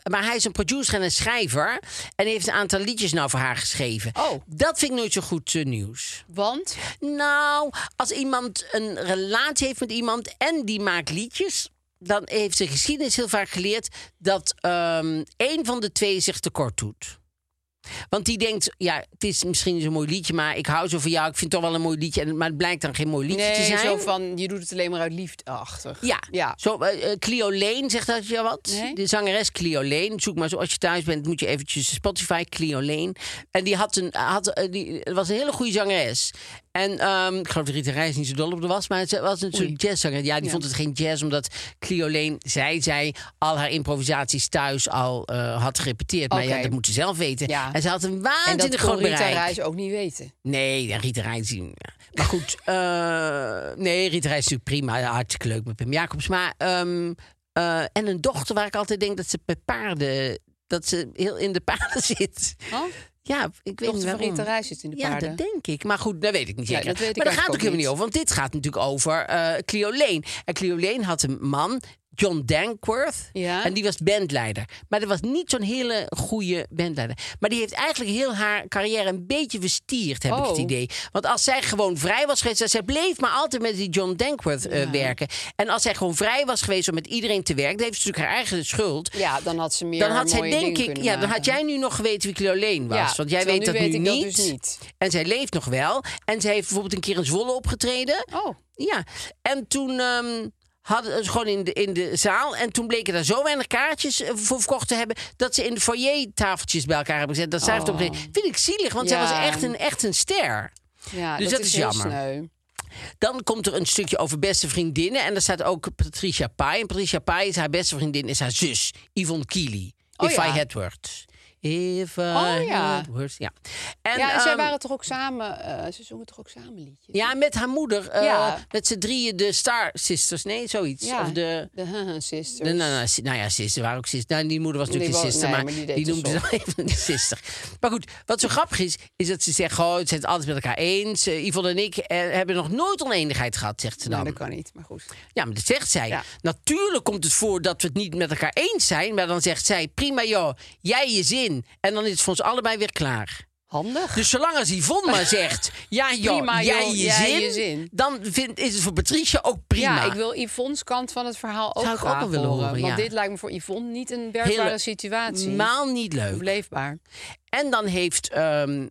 [SPEAKER 1] maar hij is een producer en een schrijver. En heeft een aantal liedjes nou voor haar geschreven.
[SPEAKER 3] Oh.
[SPEAKER 1] Dat vind ik nooit zo goed eh, nieuws.
[SPEAKER 3] Want,
[SPEAKER 1] Nou, als iemand een relatie heeft met iemand en die maakt liedjes, dan heeft de geschiedenis heel vaak geleerd dat ehm één van de twee zich tekort doet. Want die denkt, ja, het is misschien zo'n mooi liedje, maar ik hou zo van jou, ik vind het toch wel een mooi liedje, en- maar het blijkt dan geen mooi liedje te
[SPEAKER 3] nee,
[SPEAKER 1] zijn.
[SPEAKER 3] zo van, je doet het alleen maar uit liefdeachtig.
[SPEAKER 1] Ja.
[SPEAKER 3] Ja.
[SPEAKER 1] Zo, eh, eh, Clio Lane, zegt dat je wat?
[SPEAKER 3] Nee.
[SPEAKER 1] De zangeres Clio Lane. Zoek maar zo, als je thuis bent, moet je eventjes Spotify, Clio Lane. En die had een, had, eh, die het was een hele goede zangeres. En ehm, ik geloof dat Rita Reis niet zo dol op de was, maar ze was een soort jazzzanger. Ja, die vond het geen jazz, omdat Clio Lane, zij zij, al haar improvisaties thuis al eh, had gerepeteerd. Maar ja,
[SPEAKER 3] Oké.
[SPEAKER 1] dat moet ze zelf weten.
[SPEAKER 3] Ja.
[SPEAKER 1] En ze had een
[SPEAKER 3] En dat
[SPEAKER 1] waanzinnig
[SPEAKER 3] kon
[SPEAKER 1] groot
[SPEAKER 3] Rita
[SPEAKER 1] bereik.
[SPEAKER 3] Reis ook niet weten.
[SPEAKER 1] Nee, en Rita Reis. die- ja. Maar goed, eh, nee, Rita Reis is natuurlijk prima. Ja, Hartstikke leuk met Pim Jacobs. Maar, ehm, eh, en een dochter waar ik altijd denk dat ze bij paarden... dat ze heel in de paarden zit.
[SPEAKER 3] Oh,
[SPEAKER 1] Ja, ik weet niet
[SPEAKER 3] dochter van
[SPEAKER 1] waarom.
[SPEAKER 3] Rita Reis zit in de
[SPEAKER 1] ja,
[SPEAKER 3] paarden.
[SPEAKER 1] dat denk ik. Maar goed, dat weet ik niet
[SPEAKER 3] Ja,
[SPEAKER 1] zeker.
[SPEAKER 3] dat weet ik
[SPEAKER 1] maar daar gaat
[SPEAKER 3] eigenlijk
[SPEAKER 1] het ook
[SPEAKER 3] ook
[SPEAKER 1] helemaal niet over. Want
[SPEAKER 3] niet.
[SPEAKER 1] dit gaat natuurlijk over eh Clio Lane. En Clio Lane had een man, John Dankworth.
[SPEAKER 3] Ja.
[SPEAKER 1] En die was bandleider. Maar dat was niet zo'n hele goede bandleider. Maar die heeft eigenlijk heel haar carrière een beetje verstierd, heb ik het
[SPEAKER 3] Oh.
[SPEAKER 1] idee. Want als zij gewoon vrij was geweest... en Zij bleef maar altijd met die John Dankworth eh, werken. En als zij gewoon vrij was geweest om met iedereen te werken... dan heeft ze natuurlijk haar eigen schuld.
[SPEAKER 3] Ja, dan had ze meer
[SPEAKER 1] Dan had zij,
[SPEAKER 3] mooie
[SPEAKER 1] denk
[SPEAKER 3] dingen
[SPEAKER 1] ik,
[SPEAKER 3] kunnen
[SPEAKER 1] ja, dan
[SPEAKER 3] maken.
[SPEAKER 1] had jij nu nog geweten wie Clio Lane was.
[SPEAKER 3] Ja,
[SPEAKER 1] want jij
[SPEAKER 3] terwijl
[SPEAKER 1] weet dat
[SPEAKER 3] nu
[SPEAKER 1] nu
[SPEAKER 3] weet ik dat
[SPEAKER 1] niet.
[SPEAKER 3] dus niet.
[SPEAKER 1] En zij leeft nog wel. En zij heeft bijvoorbeeld een keer in Zwolle opgetreden.
[SPEAKER 3] Oh,
[SPEAKER 1] Ja. En toen ehm hadden ze gewoon in de, in de zaal. En toen bleken daar zo weinig kaartjes eh, voor verkocht te hebben. dat ze in de foyer tafeltjes bij elkaar hebben gezet. Dat zij heeft opgetreden. Vind ik zielig, want zij
[SPEAKER 3] Oh. Ja.
[SPEAKER 1] was echt een, echt een ster.
[SPEAKER 3] ja,
[SPEAKER 1] Dus dat is
[SPEAKER 3] heel
[SPEAKER 1] jammer.
[SPEAKER 3] sneu.
[SPEAKER 1] Dan komt er een stukje over beste vriendinnen. En daar staat ook Patricia Pai. En Patricia Pai is haar beste vriendin, is haar zus, Yvonne Keely.
[SPEAKER 3] Oh
[SPEAKER 1] If
[SPEAKER 3] ja.
[SPEAKER 1] I had words. If I
[SPEAKER 3] Oh ja.
[SPEAKER 1] had words. Ja, en,
[SPEAKER 3] Ja, en zij
[SPEAKER 1] ehm,
[SPEAKER 3] waren toch ook samen, eh, ze zongen toch ook samen liedjes?
[SPEAKER 1] ja met haar moeder. eh,
[SPEAKER 3] Ja.
[SPEAKER 1] Met z'n drieën, de Star Sisters. Nee, zoiets.
[SPEAKER 3] Ja,
[SPEAKER 1] Of de...
[SPEAKER 3] de Haha Sisters.
[SPEAKER 1] Nou, nou, nou, si- nou ja, sister waren ook sister. Nou, die moeder was natuurlijk
[SPEAKER 3] Die
[SPEAKER 1] een
[SPEAKER 3] wa-
[SPEAKER 1] sister,
[SPEAKER 3] nee,
[SPEAKER 1] maar,
[SPEAKER 3] maar die
[SPEAKER 1] die,
[SPEAKER 3] deed dus het
[SPEAKER 1] noemde ze
[SPEAKER 3] zo.
[SPEAKER 1] dan even een sister. Maar goed, wat zo grappig is, is dat ze zegt... Goh, ze zijn het altijd met elkaar eens. Eh, Yvonne en ik eh, hebben nog nooit oneenigheid gehad, zegt ze dan.
[SPEAKER 3] Nou, dat kan niet, maar goed.
[SPEAKER 1] Ja, maar dat zegt zij.
[SPEAKER 3] Ja.
[SPEAKER 1] Natuurlijk komt het voor dat we het niet met elkaar eens zijn. Maar dan zegt zij, prima joh, jij je zin. En dan is het voor ons allebei weer klaar.
[SPEAKER 3] Handig.
[SPEAKER 1] Dus zolang als Yvonne maar zegt, ja joh,
[SPEAKER 3] Prima,
[SPEAKER 1] jij,
[SPEAKER 3] joh,
[SPEAKER 1] je,
[SPEAKER 3] jij
[SPEAKER 1] zin,
[SPEAKER 3] je zin.
[SPEAKER 1] Dan vind, is het voor Patricia ook prima.
[SPEAKER 3] Ja, ik wil Yvonne's kant van het verhaal ook
[SPEAKER 1] Zou ik ook
[SPEAKER 3] graag
[SPEAKER 1] wel willen horen,
[SPEAKER 3] Want
[SPEAKER 1] ja.
[SPEAKER 3] dit lijkt me voor Yvonne niet een werkbare
[SPEAKER 1] Hele-
[SPEAKER 3] situatie.
[SPEAKER 1] Maal niet leuk.
[SPEAKER 3] Of leefbaar.
[SPEAKER 1] En dan heeft ehm,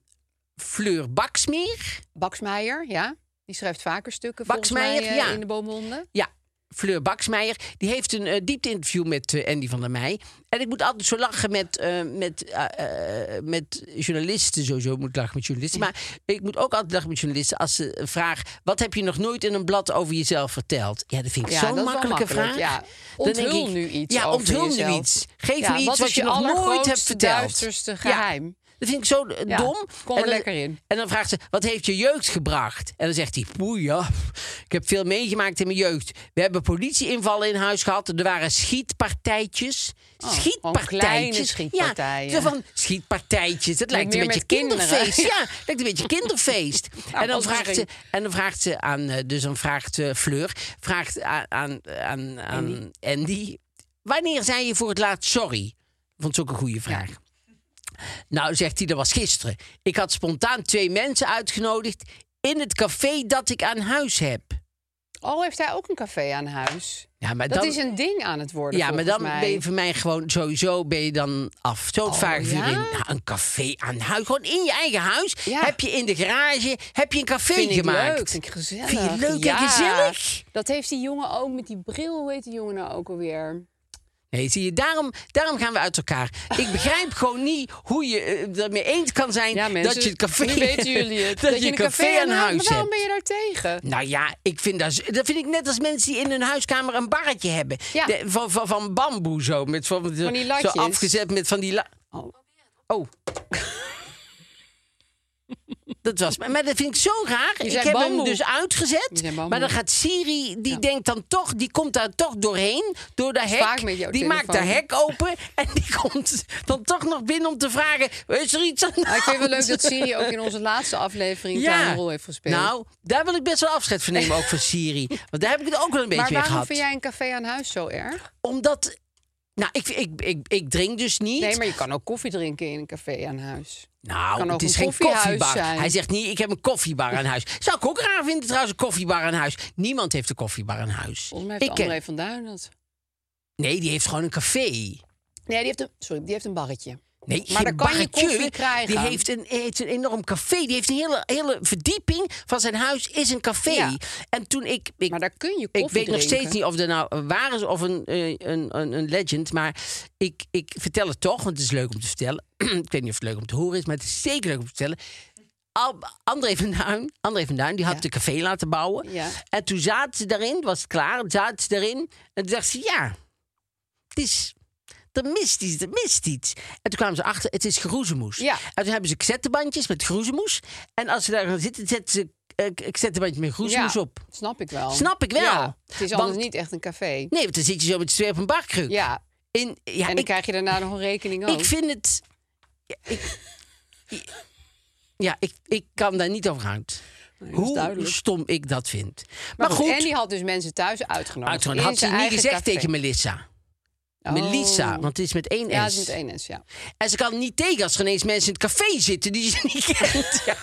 [SPEAKER 1] Fleur Baksmeer...
[SPEAKER 3] Baksmeijer, ja. Die schrijft vaker stukken volgens mij
[SPEAKER 1] Baksmeijer,
[SPEAKER 3] eh,
[SPEAKER 1] ja.
[SPEAKER 3] in de boomronde.
[SPEAKER 1] Ja, Fleur Baksmeijer. Die heeft een eh, diepte-interview met eh, Andy van der Meij. En ik moet altijd zo lachen met, eh, met, eh, eh, met journalisten. Sowieso moet ik lachen met journalisten. Maar ik moet ook altijd lachen met journalisten als ze vragen... wat heb je nog nooit in een blad over jezelf verteld? Ja, dat vind ik
[SPEAKER 3] Ja,
[SPEAKER 1] zo'n
[SPEAKER 3] dat is wel
[SPEAKER 1] makkelijke
[SPEAKER 3] makkelijk,
[SPEAKER 1] vraag.
[SPEAKER 3] ja.
[SPEAKER 1] Dan denk
[SPEAKER 3] Onthul
[SPEAKER 1] ik,
[SPEAKER 3] nu iets
[SPEAKER 1] Ja,
[SPEAKER 3] over
[SPEAKER 1] onthul nu
[SPEAKER 3] jezelf.
[SPEAKER 1] iets. Geef
[SPEAKER 3] Ja,
[SPEAKER 1] me
[SPEAKER 3] wat
[SPEAKER 1] iets
[SPEAKER 3] is
[SPEAKER 1] wat je
[SPEAKER 3] je
[SPEAKER 1] nog nooit hebt
[SPEAKER 3] allergrootste,
[SPEAKER 1] verteld.
[SPEAKER 3] duisterste
[SPEAKER 1] Ja.
[SPEAKER 3] geheim?
[SPEAKER 1] Dat vind ik zo eh,
[SPEAKER 3] Ja,
[SPEAKER 1] dom.
[SPEAKER 3] kom er
[SPEAKER 1] En dan-
[SPEAKER 3] lekker in.
[SPEAKER 1] En dan vraagt ze, wat heeft je jeugd gebracht? En dan zegt hij, poeh ja, ik heb veel meegemaakt in mijn jeugd. We hebben politieinvallen in huis gehad. Er waren schietpartijtjes. schietpartijtjes.
[SPEAKER 3] Oh, gewoon kleine
[SPEAKER 1] Ja,
[SPEAKER 3] schietpartijen.
[SPEAKER 1] zo van schietpartijtjes. Dat lijkt een
[SPEAKER 3] meer
[SPEAKER 1] beetje
[SPEAKER 3] met kinderen.
[SPEAKER 1] kinderfeest. Ja, het lijkt een beetje kinderfeest. en, dan
[SPEAKER 3] als
[SPEAKER 1] vraagt ze,
[SPEAKER 3] misschien.
[SPEAKER 1] en dan vraagt ze aan, eh, dus dan vraagt eh, Fleur, vraagt aan, aan, aan, aan Andy, wanneer zei je voor het laatst sorry? Vond ze ook een goede vraag. Nou, zegt hij, dat was gisteren. Ik had spontaan twee mensen uitgenodigd in het café dat ik aan huis heb.
[SPEAKER 3] Oh, heeft hij ook een café aan huis?
[SPEAKER 1] Ja, maar
[SPEAKER 3] Dat
[SPEAKER 1] Eh, dan,
[SPEAKER 3] is een ding aan het worden.
[SPEAKER 1] ja, maar
[SPEAKER 3] volgens
[SPEAKER 1] dan
[SPEAKER 3] mij. Oh,
[SPEAKER 1] ben je van mij gewoon sowieso ben je dan af. Zo'n vaak vuur
[SPEAKER 3] ja?
[SPEAKER 1] in Nou, een café aan huis. Gewoon in je eigen huis.
[SPEAKER 3] Ja.
[SPEAKER 1] Heb je in de garage heb je een café
[SPEAKER 3] Vind ik
[SPEAKER 1] gemaakt.
[SPEAKER 3] leuk, vind ik gezellig.
[SPEAKER 1] Vind je leuk en
[SPEAKER 3] ja.
[SPEAKER 1] gezellig?
[SPEAKER 3] Dat heeft die jongen ook met die bril. Hoe heet die jongen nou ook alweer?
[SPEAKER 1] Nee, zie je, daarom, daarom gaan we uit elkaar. Ik begrijp gewoon niet hoe je eh, ermee eens kan zijn
[SPEAKER 3] Ja, mensen,
[SPEAKER 1] dat je het café...
[SPEAKER 3] nu weten jullie het.
[SPEAKER 1] dat, je een café, aan
[SPEAKER 3] maar
[SPEAKER 1] huis hebt.
[SPEAKER 3] Waarom ben je daar tegen?
[SPEAKER 1] Nou ja, ik vind dat, dat vind ik net als mensen die in hun huiskamer een barretje hebben.
[SPEAKER 3] Ja.
[SPEAKER 1] De- van, van, van bamboe zo. Met van,
[SPEAKER 3] Van die
[SPEAKER 1] zo
[SPEAKER 3] latjes.
[SPEAKER 1] Oh. afgezet met van die... la-
[SPEAKER 3] Oh.
[SPEAKER 1] oh. Dat was, maar maar dat vind ik zo raar. Ik heb
[SPEAKER 3] zijn
[SPEAKER 1] hem
[SPEAKER 3] bamboe.
[SPEAKER 1] dus
[SPEAKER 3] Die
[SPEAKER 1] uitgezet.
[SPEAKER 3] zijn bamboe.
[SPEAKER 1] Maar dan gaat Siri, die denkt dan toch, die komt daar toch doorheen. Door de hek.
[SPEAKER 3] vaak met jouw
[SPEAKER 1] die maakt de
[SPEAKER 3] telefoon.
[SPEAKER 1] hek open. En die komt dan toch nog binnen om te vragen: is er iets aan de
[SPEAKER 3] Maar Ah, ik vind het wel leuk
[SPEAKER 1] hand?
[SPEAKER 3] dat Siri ook in onze laatste aflevering een kleine rol heeft gespeeld.
[SPEAKER 1] Nou, daar wil ik best wel afscheid van nemen, ook van Siri. Want daar heb ik het ook wel een beetje
[SPEAKER 3] maar
[SPEAKER 1] mee
[SPEAKER 3] waarom
[SPEAKER 1] gehad.
[SPEAKER 3] vind jij een café aan huis zo erg?
[SPEAKER 1] Omdat. Nou, ik, ik, ik, ik drink dus niet.
[SPEAKER 3] Nee, maar je kan ook koffie drinken in een café aan huis.
[SPEAKER 1] nou,
[SPEAKER 3] kan ook
[SPEAKER 1] het is
[SPEAKER 3] een
[SPEAKER 1] geen
[SPEAKER 3] koffiehuis
[SPEAKER 1] koffiebar.
[SPEAKER 3] zijn.
[SPEAKER 1] Hij zegt niet, ik heb een koffiebar aan huis. Zou ik ook raar vinden trouwens, een koffiebar aan huis. Niemand heeft een koffiebar aan huis.
[SPEAKER 3] Volgens mij heeft
[SPEAKER 1] ik
[SPEAKER 3] André
[SPEAKER 1] ken-
[SPEAKER 3] van Duin dat.
[SPEAKER 1] Nee, die heeft gewoon een café.
[SPEAKER 3] Nee, die heeft een, sorry, die heeft een barretje.
[SPEAKER 1] Nee,
[SPEAKER 3] Maar
[SPEAKER 1] geen
[SPEAKER 3] daar kan je
[SPEAKER 1] barretje.
[SPEAKER 3] koffie krijgen.
[SPEAKER 1] Die heeft een, heeft een enorm café. Die heeft een hele, hele verdieping van zijn huis is een café.
[SPEAKER 3] Ja.
[SPEAKER 1] En toen ik... ik
[SPEAKER 3] Maar daar kun je koffie
[SPEAKER 1] ik weet nog
[SPEAKER 3] drinken.
[SPEAKER 1] steeds niet of er nou waar is of een, eh, een, een, een legend. Maar ik, ik vertel het toch, want het is leuk om te vertellen. ik weet niet of het leuk om te horen is, maar het is zeker leuk om te vertellen. Al, André, van Duin, André van Duin, die had
[SPEAKER 3] Ja.
[SPEAKER 1] de café laten bouwen.
[SPEAKER 3] Ja.
[SPEAKER 1] En toen zaten ze daarin, was het klaar, zaten ze daarin. En toen dacht ze, ja, het is... Er mist iets, er mist iets. En toen kwamen ze achter, het is geroezemoes.
[SPEAKER 3] Ja.
[SPEAKER 1] En toen hebben ze cassettebandjes met geroezemoes. En als ze daar gaan zitten, zetten ze eh, cassettebandje met geroezemoes
[SPEAKER 3] Ja,
[SPEAKER 1] op.
[SPEAKER 3] Snap ik wel.
[SPEAKER 1] Snap ik wel.
[SPEAKER 3] Ja, het is anders
[SPEAKER 1] Want-
[SPEAKER 3] niet echt een café.
[SPEAKER 1] Nee, want dan zit je zo met z'n tweeën op een barkruk.
[SPEAKER 3] Ja,
[SPEAKER 1] In, ja
[SPEAKER 3] en dan
[SPEAKER 1] ik,
[SPEAKER 3] krijg je daarna nog een rekening ook.
[SPEAKER 1] ik vind het... Ja, ik, ja, ik, ik kan daar niet over uit.
[SPEAKER 3] dat is
[SPEAKER 1] Hoe
[SPEAKER 3] duidelijk.
[SPEAKER 1] stom ik dat vind.
[SPEAKER 3] Maar
[SPEAKER 1] Maar, goed,
[SPEAKER 3] en die had dus mensen thuis uitgenodigd.
[SPEAKER 1] uiteraard
[SPEAKER 3] in
[SPEAKER 1] had ze
[SPEAKER 3] zijn
[SPEAKER 1] niet
[SPEAKER 3] eigen
[SPEAKER 1] gezegd
[SPEAKER 3] café.
[SPEAKER 1] tegen Melissa.
[SPEAKER 3] Oh.
[SPEAKER 1] Melissa, want het is met één
[SPEAKER 3] Ja, het
[SPEAKER 1] S.
[SPEAKER 3] is met één S, ja.
[SPEAKER 1] En ze kan er niet tegen als er ineens mensen in het café zitten die ze niet kent. Ja.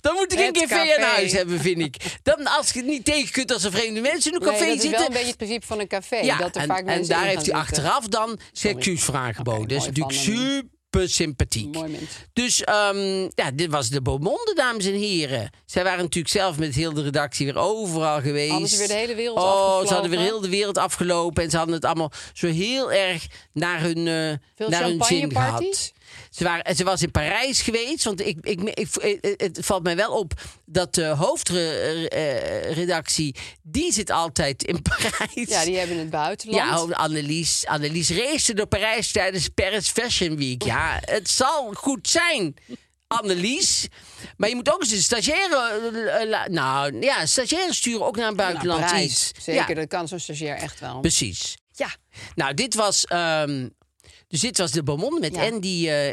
[SPEAKER 1] Dan moet ik een
[SPEAKER 3] Het
[SPEAKER 1] café,
[SPEAKER 3] café.
[SPEAKER 1] aan huis hebben, vind ik. Dan als je het niet tegen kunt als er vreemde mensen in een café
[SPEAKER 3] nee, dat is wel
[SPEAKER 1] zitten.
[SPEAKER 3] een beetje het principe van een café. dat er
[SPEAKER 1] en,
[SPEAKER 3] vaak
[SPEAKER 1] en
[SPEAKER 3] mensen
[SPEAKER 1] daar
[SPEAKER 3] in
[SPEAKER 1] heeft
[SPEAKER 3] gaan
[SPEAKER 1] hij
[SPEAKER 3] zitten.
[SPEAKER 1] achteraf dan zijn excuusvraag aangeboden.
[SPEAKER 3] Oké,
[SPEAKER 1] dat is
[SPEAKER 3] mooi
[SPEAKER 1] natuurlijk
[SPEAKER 3] van hem.
[SPEAKER 1] super sympathiek.
[SPEAKER 3] Mooi mens.
[SPEAKER 1] Dus ehm, ja, dit was de Beaumonde, dames en heren. Zij waren natuurlijk zelf met heel de redactie weer overal geweest.
[SPEAKER 3] Hadden ze weer de hele wereld
[SPEAKER 1] Oh, ze
[SPEAKER 3] afgevlogen.
[SPEAKER 1] hadden weer heel de wereld afgelopen. En ze hadden het allemaal zo heel erg naar hun, eh,
[SPEAKER 3] Veel
[SPEAKER 1] naar hun zin
[SPEAKER 3] champagneparties?
[SPEAKER 1] gehad. Ze, waren, en ze was in Parijs geweest. Want ik, ik, ik, eh, het valt mij wel op dat de hoofdredactie... die zit altijd in Parijs.
[SPEAKER 3] Ja, die hebben in het buitenland.
[SPEAKER 1] Ja, oh, Annelies, Annelies race door Parijs tijdens Paris Fashion Week. Ja, het zal goed zijn, Annelies. Maar je moet ook eens een stagiaire... eh, eh, la- nou, ja, stagiaire sturen ook naar een
[SPEAKER 3] Nou,
[SPEAKER 1] buitenland
[SPEAKER 3] Parijs.
[SPEAKER 1] iets.
[SPEAKER 3] Zeker,
[SPEAKER 1] Ja,
[SPEAKER 3] dat kan zo'n stagiair echt wel.
[SPEAKER 1] precies.
[SPEAKER 3] Ja,
[SPEAKER 1] Nou, dit was... ehm, dus dit was de Beaumont met
[SPEAKER 3] Ja.
[SPEAKER 1] Andy... eh,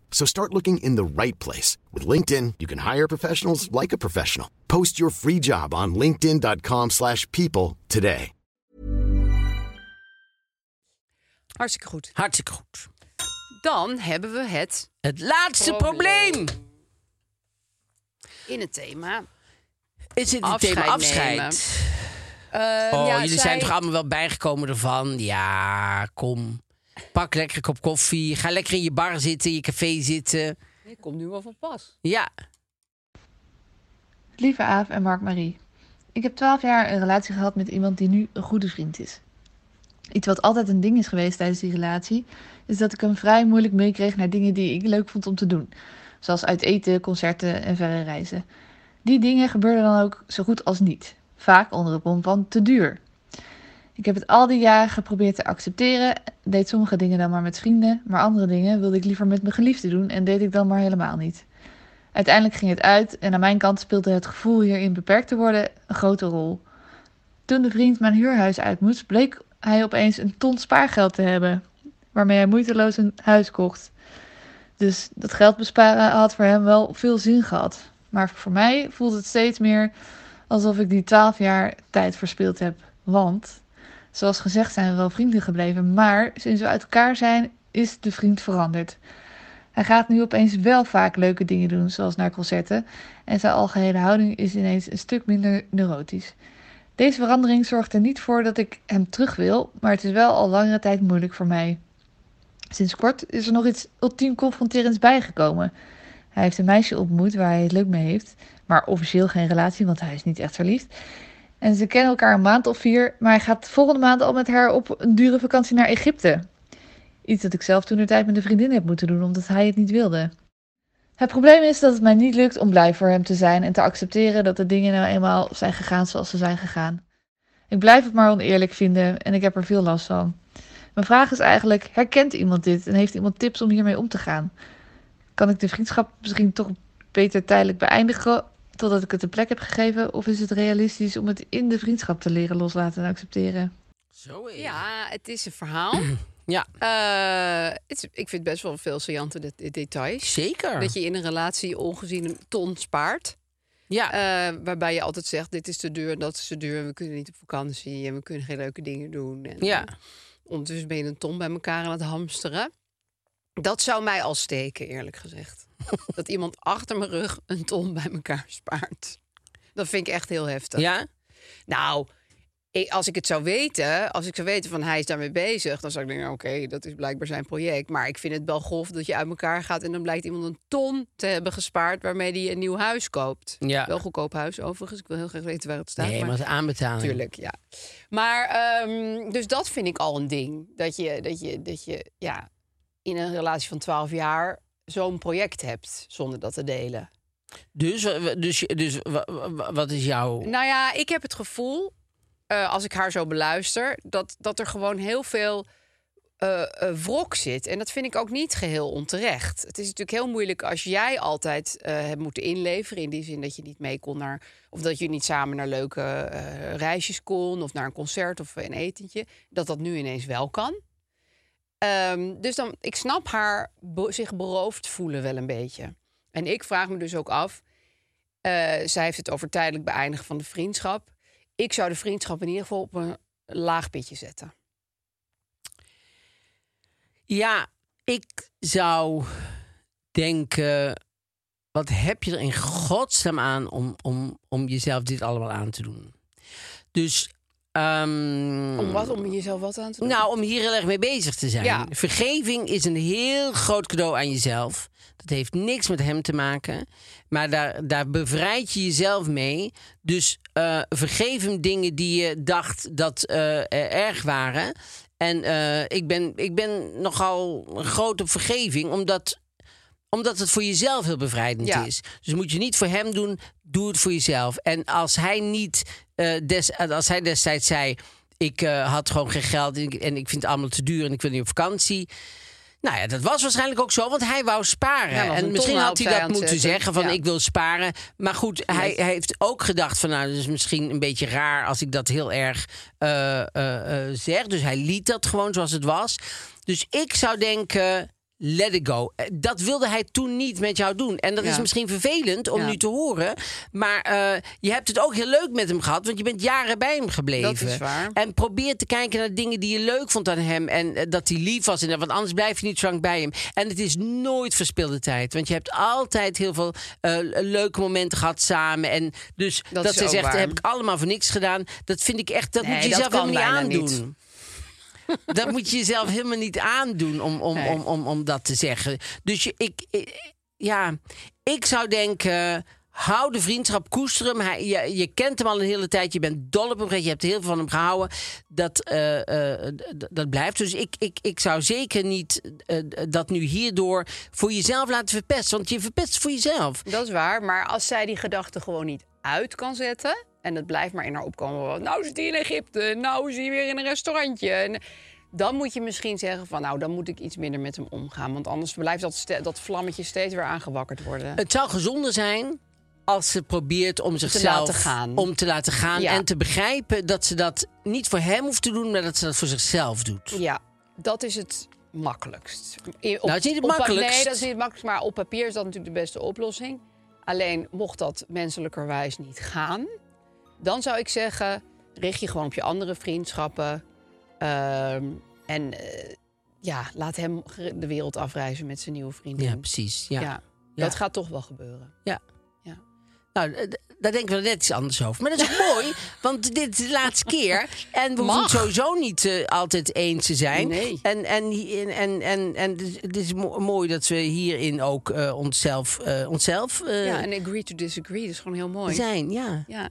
[SPEAKER 4] So start looking in the right place. With LinkedIn, you can hire professionals like a professional. Post your free job on linkedin.com slash people today.
[SPEAKER 3] hartstikke goed.
[SPEAKER 1] Hartstikke goed.
[SPEAKER 3] Dan hebben we het
[SPEAKER 1] Het laatste probleem.
[SPEAKER 3] Probleem. in het thema.
[SPEAKER 1] Is het het
[SPEAKER 3] Afscheid
[SPEAKER 1] thema
[SPEAKER 3] nemen.
[SPEAKER 1] afscheid?
[SPEAKER 3] Eh,
[SPEAKER 1] Oh,
[SPEAKER 3] ja,
[SPEAKER 1] jullie
[SPEAKER 3] zij-
[SPEAKER 1] zijn toch allemaal wel bijgekomen ervan? Ja, kom. Pak lekker een kop koffie. Ga lekker in je bar zitten, in je café zitten.
[SPEAKER 3] Ik kom nu wel van pas.
[SPEAKER 1] Ja,
[SPEAKER 5] Lieve Aaf en Mark-Marie. Ik heb 12 jaar een relatie gehad met iemand die nu een goede vriend is. Iets wat altijd een ding is geweest tijdens die relatie, is dat ik hem vrij moeilijk meekreeg naar dingen die ik leuk vond om te doen. Zoals uit eten, concerten en verre reizen. Die dingen gebeurden dan ook zo goed als niet. Vaak onder het bom van te duur. Ik heb het al die jaren geprobeerd te accepteren, deed sommige dingen dan maar met vrienden, maar andere dingen wilde ik liever met mijn geliefde doen en deed ik dan maar helemaal niet. Uiteindelijk ging het uit en aan mijn kant speelde het gevoel hierin beperkt te worden een grote rol. Toen de vriend mijn huurhuis uit moest, bleek hij opeens een ton spaargeld te hebben, waarmee hij moeiteloos een huis kocht. Dus dat geld besparen had voor hem wel veel zin gehad. Maar voor mij voelde het steeds meer alsof ik die twaalf jaar tijd verspild heb. Want, zoals gezegd, zijn we wel vrienden gebleven, maar sinds we uit elkaar zijn, is de vriend veranderd. Hij gaat nu opeens wel vaak leuke dingen doen, zoals naar concerten. En zijn algehele houding is ineens een stuk minder neurotisch. Deze verandering zorgt er niet voor dat ik hem terug wil, maar het is wel al langere tijd moeilijk voor mij. Sinds kort is er nog iets ultiem confronterends bijgekomen. Hij heeft een meisje ontmoet waar hij het leuk mee heeft, maar officieel geen relatie, want hij is niet echt verliefd. En ze kennen elkaar een maand of vier, maar hij gaat volgende maand al met haar op een dure vakantie naar Egypte. Iets dat ik zelf toen de tijd met een vriendin heb moeten doen, omdat hij het niet wilde. Het probleem is dat het mij niet lukt om blij voor hem te zijn en te accepteren dat de dingen nou eenmaal zijn gegaan zoals ze zijn gegaan. Ik blijf het maar oneerlijk vinden en ik heb er veel last van. Mijn vraag is eigenlijk: herkent iemand dit en heeft iemand tips om hiermee om te gaan? Kan ik de vriendschap misschien toch beter tijdelijk beëindigen totdat ik het een plek heb gegeven? Of is het realistisch om het in de vriendschap te leren loslaten en accepteren?
[SPEAKER 1] Zo is
[SPEAKER 3] Ja, het is een verhaal.
[SPEAKER 1] Ja.
[SPEAKER 3] Eh, het is- ik vind best wel veel saillante de- de- details.
[SPEAKER 1] Zeker.
[SPEAKER 3] Dat je in een relatie ongezien een ton spaart.
[SPEAKER 1] ja.
[SPEAKER 3] Eh, waarbij je altijd zegt, dit is te duur en dat is te duur. En we kunnen niet op vakantie en we kunnen geen leuke dingen doen. En,
[SPEAKER 1] ja.
[SPEAKER 3] eh, ondertussen ben je een ton bij elkaar aan het hamsteren. Dat zou mij al steken, eerlijk gezegd. dat iemand achter mijn rug een ton bij elkaar spaart. Dat vind ik echt heel heftig.
[SPEAKER 1] Ja.
[SPEAKER 3] Nou, ik- als ik het zou weten, als ik zou weten van hij is daarmee bezig, dan zou ik denken: oké, dat is blijkbaar zijn project. Maar ik vind het wel golf dat je uit elkaar gaat en dan blijkt iemand een ton te hebben gespaard waarmee hij een nieuw huis koopt.
[SPEAKER 1] Ja.
[SPEAKER 3] Wel goedkoop huis overigens. Ik wil heel graag weten waar het staat.
[SPEAKER 1] Nee, maar
[SPEAKER 3] maar-
[SPEAKER 1] het is aanbetaling.
[SPEAKER 3] Tuurlijk, ja. Maar ehm, dus dat vind ik al een ding. Dat je, dat je, dat je ja, in een relatie van 12 jaar zo'n project hebt zonder dat te delen.
[SPEAKER 1] Dus, eh, w- dus, je- dus wa- wa- wat is jouw...
[SPEAKER 3] Nou ja, ik heb het gevoel, eh, als ik haar zo beluister, dat, dat er gewoon heel veel eh, eh, wrok zit. En dat vind ik ook niet geheel onterecht. Het is natuurlijk heel moeilijk als jij altijd eh, hebt moeten inleveren. In die zin dat je niet mee kon naar. of dat je niet samen naar leuke eh, reisjes kon. of naar een concert of een etentje. Dat dat nu ineens wel kan. Ehm, dus dan, ik snap haar be- zich beroofd voelen wel een beetje. En ik vraag me dus ook af. eh, zij heeft het over tijdelijk beëindigen van de vriendschap. Ik zou de vriendschap in ieder geval op een laag pitje zetten.
[SPEAKER 1] Ja, ik zou denken... Wat heb je er in godsnaam aan om, om, om jezelf dit allemaal aan te doen? Dus... ehm,
[SPEAKER 3] Om wat? Om jezelf wat aan te doen?
[SPEAKER 1] Nou, om hier heel erg mee bezig te zijn.
[SPEAKER 3] Ja.
[SPEAKER 1] Vergeving is een heel groot cadeau aan jezelf. Dat heeft niks met hem te maken. Maar daar, daar bevrijd je jezelf mee. Dus eh, vergeef hem dingen die je dacht dat eh, eh, erg waren. En eh, ik, ben, ik ben nogal groot op vergeving, omdat omdat het voor jezelf heel bevrijdend
[SPEAKER 3] Ja.
[SPEAKER 1] is. Dus moet je niet voor hem doen, doe het voor jezelf. En als hij niet, eh, des, als hij destijds zei: Ik eh, had gewoon geen geld en ik, en ik vind het allemaal te duur en ik wil niet op vakantie. Nou ja, dat was waarschijnlijk ook zo, want hij wou sparen.
[SPEAKER 3] Ja, was een
[SPEAKER 1] en
[SPEAKER 3] ton
[SPEAKER 1] misschien
[SPEAKER 3] wou
[SPEAKER 1] had hij
[SPEAKER 3] opzij
[SPEAKER 1] dat
[SPEAKER 3] aan het
[SPEAKER 1] moeten
[SPEAKER 3] zetten.
[SPEAKER 1] zeggen: van
[SPEAKER 3] Ja.
[SPEAKER 1] ik wil sparen. Maar goed, hij, hij heeft ook gedacht: van nou, dat is misschien een beetje raar als ik dat heel erg eh, eh, eh, zeg. Dus hij liet dat gewoon zoals het was. Dus ik zou denken: let it go. Eh, Dat wilde hij toen niet met jou doen. En dat is misschien vervelend om
[SPEAKER 3] Ja.
[SPEAKER 1] nu te horen. Maar eh, je hebt het ook heel leuk met hem gehad, want je bent jaren bij hem gebleven.
[SPEAKER 3] Dat is waar.
[SPEAKER 1] En probeer te kijken naar dingen die je leuk vond aan hem. En eh, dat hij lief was. En, dat- want anders blijf je niet zo lang bij hem. En het is nooit verspilde tijd. Want je hebt altijd heel veel eh, leuke momenten gehad samen. En dus dat,
[SPEAKER 3] Dat is
[SPEAKER 1] zij
[SPEAKER 3] ook
[SPEAKER 1] zegt,
[SPEAKER 3] waar.
[SPEAKER 1] heb ik allemaal voor niks gedaan. Dat vind ik echt, dat
[SPEAKER 3] Nee,
[SPEAKER 1] moet je
[SPEAKER 3] dat
[SPEAKER 1] jezelf
[SPEAKER 3] kan
[SPEAKER 1] helemaal niet
[SPEAKER 3] bijna
[SPEAKER 1] aandoen. Dat moet je jezelf helemaal niet aandoen om, om, om, om, om dat te zeggen. Dus je, ik, ik- ja, ik zou denken. Hou de vriendschap, koester hem. Hij, je, je kent hem al een hele tijd. Je bent dol op hem. geweest, Je hebt heel veel van hem gehouden. Dat, eh, eh, d- dat blijft. Dus ik, ik, ik zou zeker niet eh, dat nu hierdoor voor jezelf laten verpesten. Want je verpest voor jezelf.
[SPEAKER 3] Dat is waar, maar als zij die gedachten gewoon niet uit kan zetten... en het blijft maar in haar opkomen... van, nou zit hij in Egypte, nou is hij weer in een restaurantje... En dan moet je misschien zeggen van... nou, dan moet ik iets minder met hem omgaan... want anders blijft dat, ste- dat vlammetje steeds weer aangewakkerd worden.
[SPEAKER 1] Het zou gezonder zijn als ze probeert om zichzelf
[SPEAKER 3] laten gaan.
[SPEAKER 1] om te laten gaan
[SPEAKER 3] Ja.
[SPEAKER 1] en te begrijpen dat ze dat niet voor hem hoeft te doen, maar dat ze dat voor zichzelf doet.
[SPEAKER 3] Ja, dat is het makkelijkst. I- Op,
[SPEAKER 1] Nou, het is niet het
[SPEAKER 3] op pa-
[SPEAKER 1] makkelijkst.
[SPEAKER 3] nee, dat is niet het makkelijkst. Maar op papier is dat natuurlijk de beste oplossing. Alleen mocht dat menselijkerwijs niet gaan, dan zou ik zeggen: richt je gewoon op je andere vriendschappen. Ehm, en eh, ja, laat hem ge- de wereld afreizen met zijn nieuwe vriendin.
[SPEAKER 1] Ja, precies. Ja.
[SPEAKER 3] Ja, dat gaat toch wel gebeuren.
[SPEAKER 1] Ja.
[SPEAKER 3] Ja.
[SPEAKER 1] Nou, eh, d- daar denken we net iets anders over. Maar dat is mooi, want dit is de laatste keer. En we hoeven
[SPEAKER 3] Mag.
[SPEAKER 1] het sowieso niet eh, altijd eens te zijn.
[SPEAKER 3] Nee.
[SPEAKER 1] En, en, en, en, en, en dus het is mo- mooi dat we hierin ook eh, onszelf, eh, onszelf eh,
[SPEAKER 3] Ja, en agree to disagree, dat is gewoon heel mooi.
[SPEAKER 1] zijn. Ja.
[SPEAKER 3] Ja.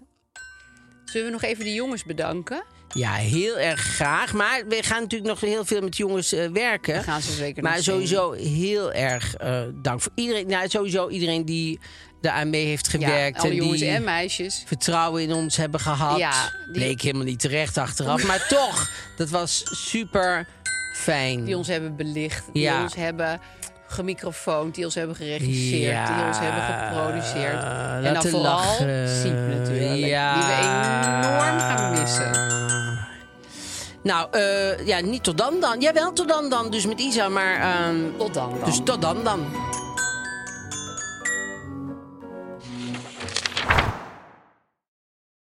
[SPEAKER 3] Zullen we nog even de jongens bedanken?
[SPEAKER 1] ja, heel erg graag. Maar we gaan natuurlijk nog heel veel met jongens eh, werken.
[SPEAKER 3] Dat gaan ze zeker
[SPEAKER 1] Maar
[SPEAKER 3] nog
[SPEAKER 1] sowieso heel erg eh, dank voor iedereen. Nou, sowieso iedereen die daaraan mee heeft
[SPEAKER 3] Ja,
[SPEAKER 1] gewerkt.
[SPEAKER 3] alle
[SPEAKER 1] en
[SPEAKER 3] jongens
[SPEAKER 1] die
[SPEAKER 3] en meisjes.
[SPEAKER 1] vertrouwen in ons hebben gehad.
[SPEAKER 3] Ja, die-
[SPEAKER 1] Bleek helemaal niet terecht achteraf. maar toch, dat was super fijn.
[SPEAKER 3] Die ons hebben belicht, die
[SPEAKER 1] Ja.
[SPEAKER 3] ons hebben gemicrofoond, die ons hebben geregisseerd, die ons hebben geproduceerd. en dan
[SPEAKER 1] laten
[SPEAKER 3] vooral
[SPEAKER 1] lachen.
[SPEAKER 3] Siep natuurlijk,
[SPEAKER 1] Ja.
[SPEAKER 3] die we enorm gaan missen.
[SPEAKER 1] Nou, eh, ja, niet tot dan dan. Jawel, tot dan dan. Dus met Isa, maar... ehm,
[SPEAKER 3] Tot dan dan.
[SPEAKER 1] dus tot dan dan.